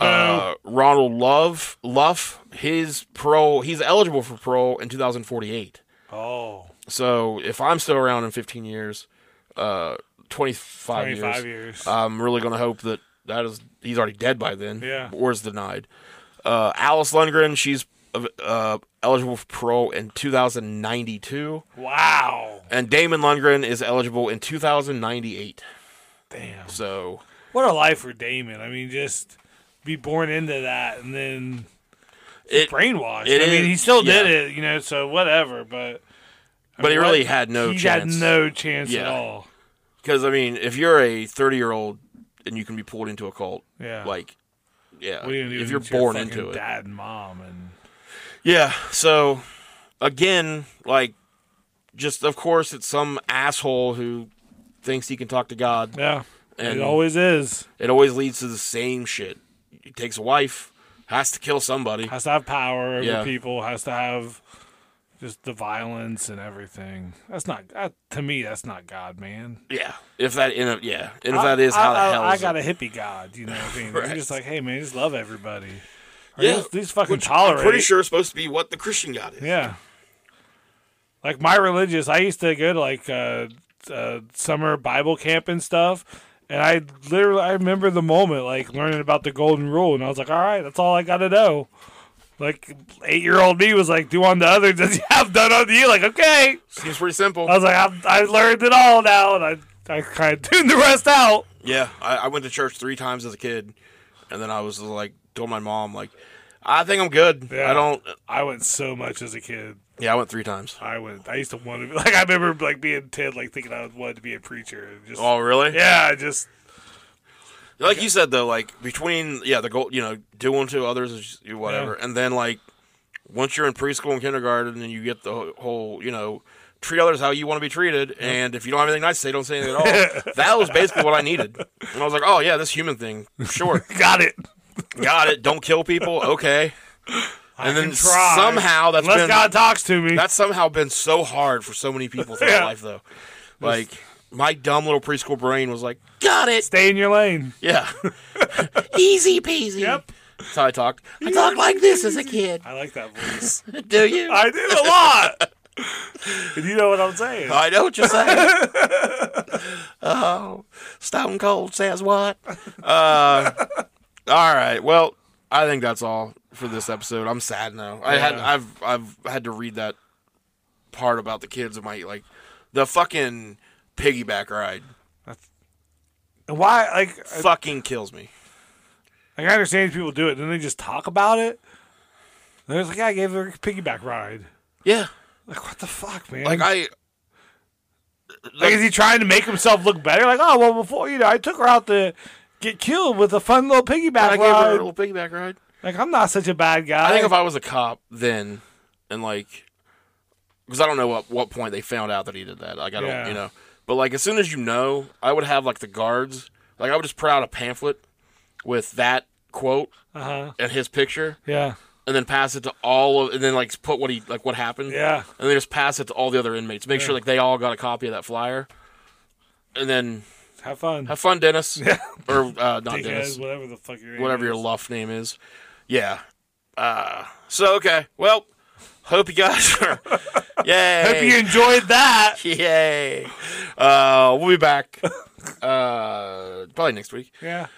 Speaker 3: Uh, Ronald Love, Luff, his parole, he's eligible for parole in 2048.
Speaker 4: oh,
Speaker 3: So if I'm still around in 15 years, uh, 25,
Speaker 4: 25
Speaker 3: years, Uh,
Speaker 4: years.
Speaker 3: I'm really gonna hope that that is he's already dead by then.
Speaker 4: Yeah.
Speaker 3: or is denied. Uh, Alice Lundgren, she's uh, eligible for parole in 2092,
Speaker 4: wow.
Speaker 3: and Damon Lundgren is eligible in 2098.
Speaker 4: Damn.
Speaker 3: So
Speaker 4: What a life for Damon. I mean, just be born into that and then
Speaker 3: it,
Speaker 4: brainwashed.
Speaker 3: It
Speaker 4: I mean,
Speaker 3: is-
Speaker 4: he still did
Speaker 3: yeah.
Speaker 4: it, you know, so whatever, but
Speaker 3: but he
Speaker 4: what-
Speaker 3: really had no
Speaker 4: he
Speaker 3: chance.
Speaker 4: had no chance at
Speaker 3: Yeah.
Speaker 4: all.
Speaker 3: Because I mean, if you're a 30 year old and you can be pulled into a cult,
Speaker 4: Yeah.
Speaker 3: like, yeah,
Speaker 4: What are you gonna do
Speaker 3: if you're
Speaker 4: it's your
Speaker 3: born
Speaker 4: fucking
Speaker 3: into it,
Speaker 4: Dad and mom and
Speaker 3: yeah. So again, like, just of course, it's some asshole who thinks he can talk to God,
Speaker 4: yeah,
Speaker 3: and
Speaker 4: it always is.
Speaker 3: it always leads to the same shit. He takes a wife, has to kill somebody.
Speaker 4: Has to have power over
Speaker 3: Yeah.
Speaker 4: people. Has to have just the violence and everything. That's not that, to me. That's not God, man.
Speaker 3: Yeah, if that, in a, yeah, and if
Speaker 4: I-
Speaker 3: that is how
Speaker 4: I,
Speaker 3: the hell
Speaker 4: I, I
Speaker 3: is it?
Speaker 4: got a hippie God. You know what I mean? You're
Speaker 3: Right.
Speaker 4: just like, hey man, just love everybody. Or
Speaker 3: Yeah,
Speaker 4: these, these fucking
Speaker 3: Which
Speaker 4: tolerate.
Speaker 3: I'm pretty sure it's supposed to be what the Christian God is.
Speaker 4: Yeah. Like my religious, I used to go to like uh, uh, summer Bible camp and stuff, and I literally I remember the moment like learning about the golden rule, and I was like, all right, that's all I got to know. Like eight year old me was like, do unto others as you have done unto you. Like okay,
Speaker 3: Seems pretty simple.
Speaker 4: I was like, I've, I learned it all now, and I I kind of tuned the rest out.
Speaker 3: Yeah, I, I went to church three times as a kid, and then I was like, told my mom like, I think I'm good.
Speaker 4: Yeah.
Speaker 3: I don't.
Speaker 4: I went so much as a kid.
Speaker 3: Yeah, I went three times.
Speaker 4: I went. I used to want to be like. I remember like being ten, like thinking I wanted to be a preacher. And just
Speaker 3: Oh, really?
Speaker 4: yeah, I just
Speaker 3: Like you said though, like between yeah, the goal, you know, do unto others as you- whatever, and then like once you're in preschool and kindergarten, and you get the whole- whole you know. Treat others how you want to be treated, and if you don't have anything nice to say, don't say anything at all. that was basically what I needed, and I was like, "Oh yeah, this human thing, sure,
Speaker 4: got it.
Speaker 3: got it. Don't kill people, okay." And then
Speaker 4: can try.
Speaker 3: somehow that's
Speaker 4: Unless
Speaker 3: been
Speaker 4: God talks to me.
Speaker 3: That's somehow been so hard for so many people throughout
Speaker 4: Yeah.
Speaker 3: life, though. Like my dumb little preschool brain was like, "Got it,
Speaker 4: Stay in your lane.
Speaker 3: yeah, easy peasy."
Speaker 4: Yep.
Speaker 3: That's how I talked. I talked like this as a kid.
Speaker 4: I like that voice.
Speaker 3: Do you? I,
Speaker 4: I did a lot. and you know what I'm saying.
Speaker 3: know what you're saying. oh, Stone Cold says what? Uh, all right. Well, I think that's all for this episode. I'm sad now. I had
Speaker 4: Yeah.
Speaker 3: I've I've had to read that part about the kids of my like the fucking piggyback ride.
Speaker 4: And Why? Like, like
Speaker 3: fucking kills me.
Speaker 4: I understand people do it, then they just talk about it. There's like, I gave her a piggyback ride.
Speaker 3: Yeah,
Speaker 4: Like, what the fuck, man?
Speaker 3: like I.
Speaker 4: Like, is he trying to make himself look better? Like, oh well, before you know, I took her out to get killed with a fun little piggyback
Speaker 3: I gave her a
Speaker 4: ride.
Speaker 3: little piggyback ride.
Speaker 4: Like, I'm not such a bad guy.
Speaker 3: I think if I was a cop then, and like, because I don't know what what point they found out that he did that. Like I don't,
Speaker 4: Yeah.
Speaker 3: you know. But like as soon as you know, I would have like the guards. Like I would just print out a pamphlet with that quote
Speaker 4: uh huh.
Speaker 3: and his picture,
Speaker 4: Yeah.
Speaker 3: and then pass it to all of, and then like put what he like what happened.
Speaker 4: Yeah.
Speaker 3: And then just pass it to all the other inmates. Make sure like they all got a copy of that flyer. And then
Speaker 4: Have fun.
Speaker 3: have fun, Dennis. Or uh, not Dennis.
Speaker 4: Dickheads, whatever the fuck your name
Speaker 3: whatever your
Speaker 4: is.
Speaker 3: luff name is. Yeah. Uh, so okay. Well, hope you guys are. Yay.
Speaker 4: Hope you enjoyed that.
Speaker 3: Yay. Uh, we'll be back. Uh, probably next week.
Speaker 4: Yeah.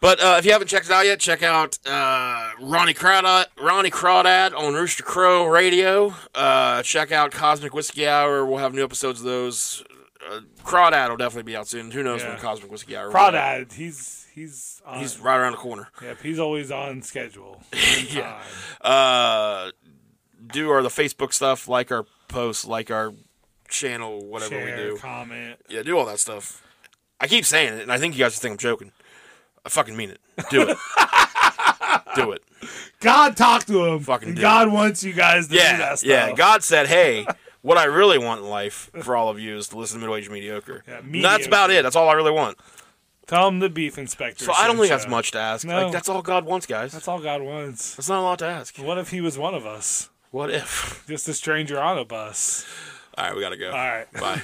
Speaker 3: But uh, if you haven't checked it out yet, check out uh, Ronnie Crawdad, Ronnie Crawdad on Rooster Crow Radio. Uh, check out Cosmic Whiskey Hour. We'll have new episodes of those. Uh, Crawdad will definitely be out soon. Who knows
Speaker 4: Yeah.
Speaker 3: when Cosmic Whiskey Hour? will be out.
Speaker 4: Crawdad, he's he's on.
Speaker 3: He's right around the corner.
Speaker 4: yep, he's always on schedule. Uh, yeah.
Speaker 3: uh, do our the Facebook stuff, like our posts, like our channel, whatever
Speaker 4: Share,
Speaker 3: we do.
Speaker 4: comment.
Speaker 3: Yeah, do all that stuff. I keep saying it, and I think you guys think I'm joking. I fucking mean it. Do it. do it.
Speaker 4: God talked to him.
Speaker 3: Fucking
Speaker 4: And
Speaker 3: do
Speaker 4: God wants you guys to do
Speaker 3: Yeah,
Speaker 4: that stuff.
Speaker 3: yeah. God said, "Hey, what I really want in life for all of you is to listen to Middle Age Mediocre."
Speaker 4: Yeah,
Speaker 3: And That's about it. That's all I really want.
Speaker 4: Tell him the beef inspector.
Speaker 3: So I don't
Speaker 4: sent
Speaker 3: think
Speaker 4: ya.
Speaker 3: that's much to ask.
Speaker 4: uh, No.
Speaker 3: Like that's all God wants, guys. That's,
Speaker 4: That's all God wants.
Speaker 3: not a lot to ask.
Speaker 4: What if he was one of us?
Speaker 3: What if?
Speaker 4: Just a stranger on a bus.
Speaker 3: All right, we gotta go.
Speaker 4: All right.
Speaker 3: Bye.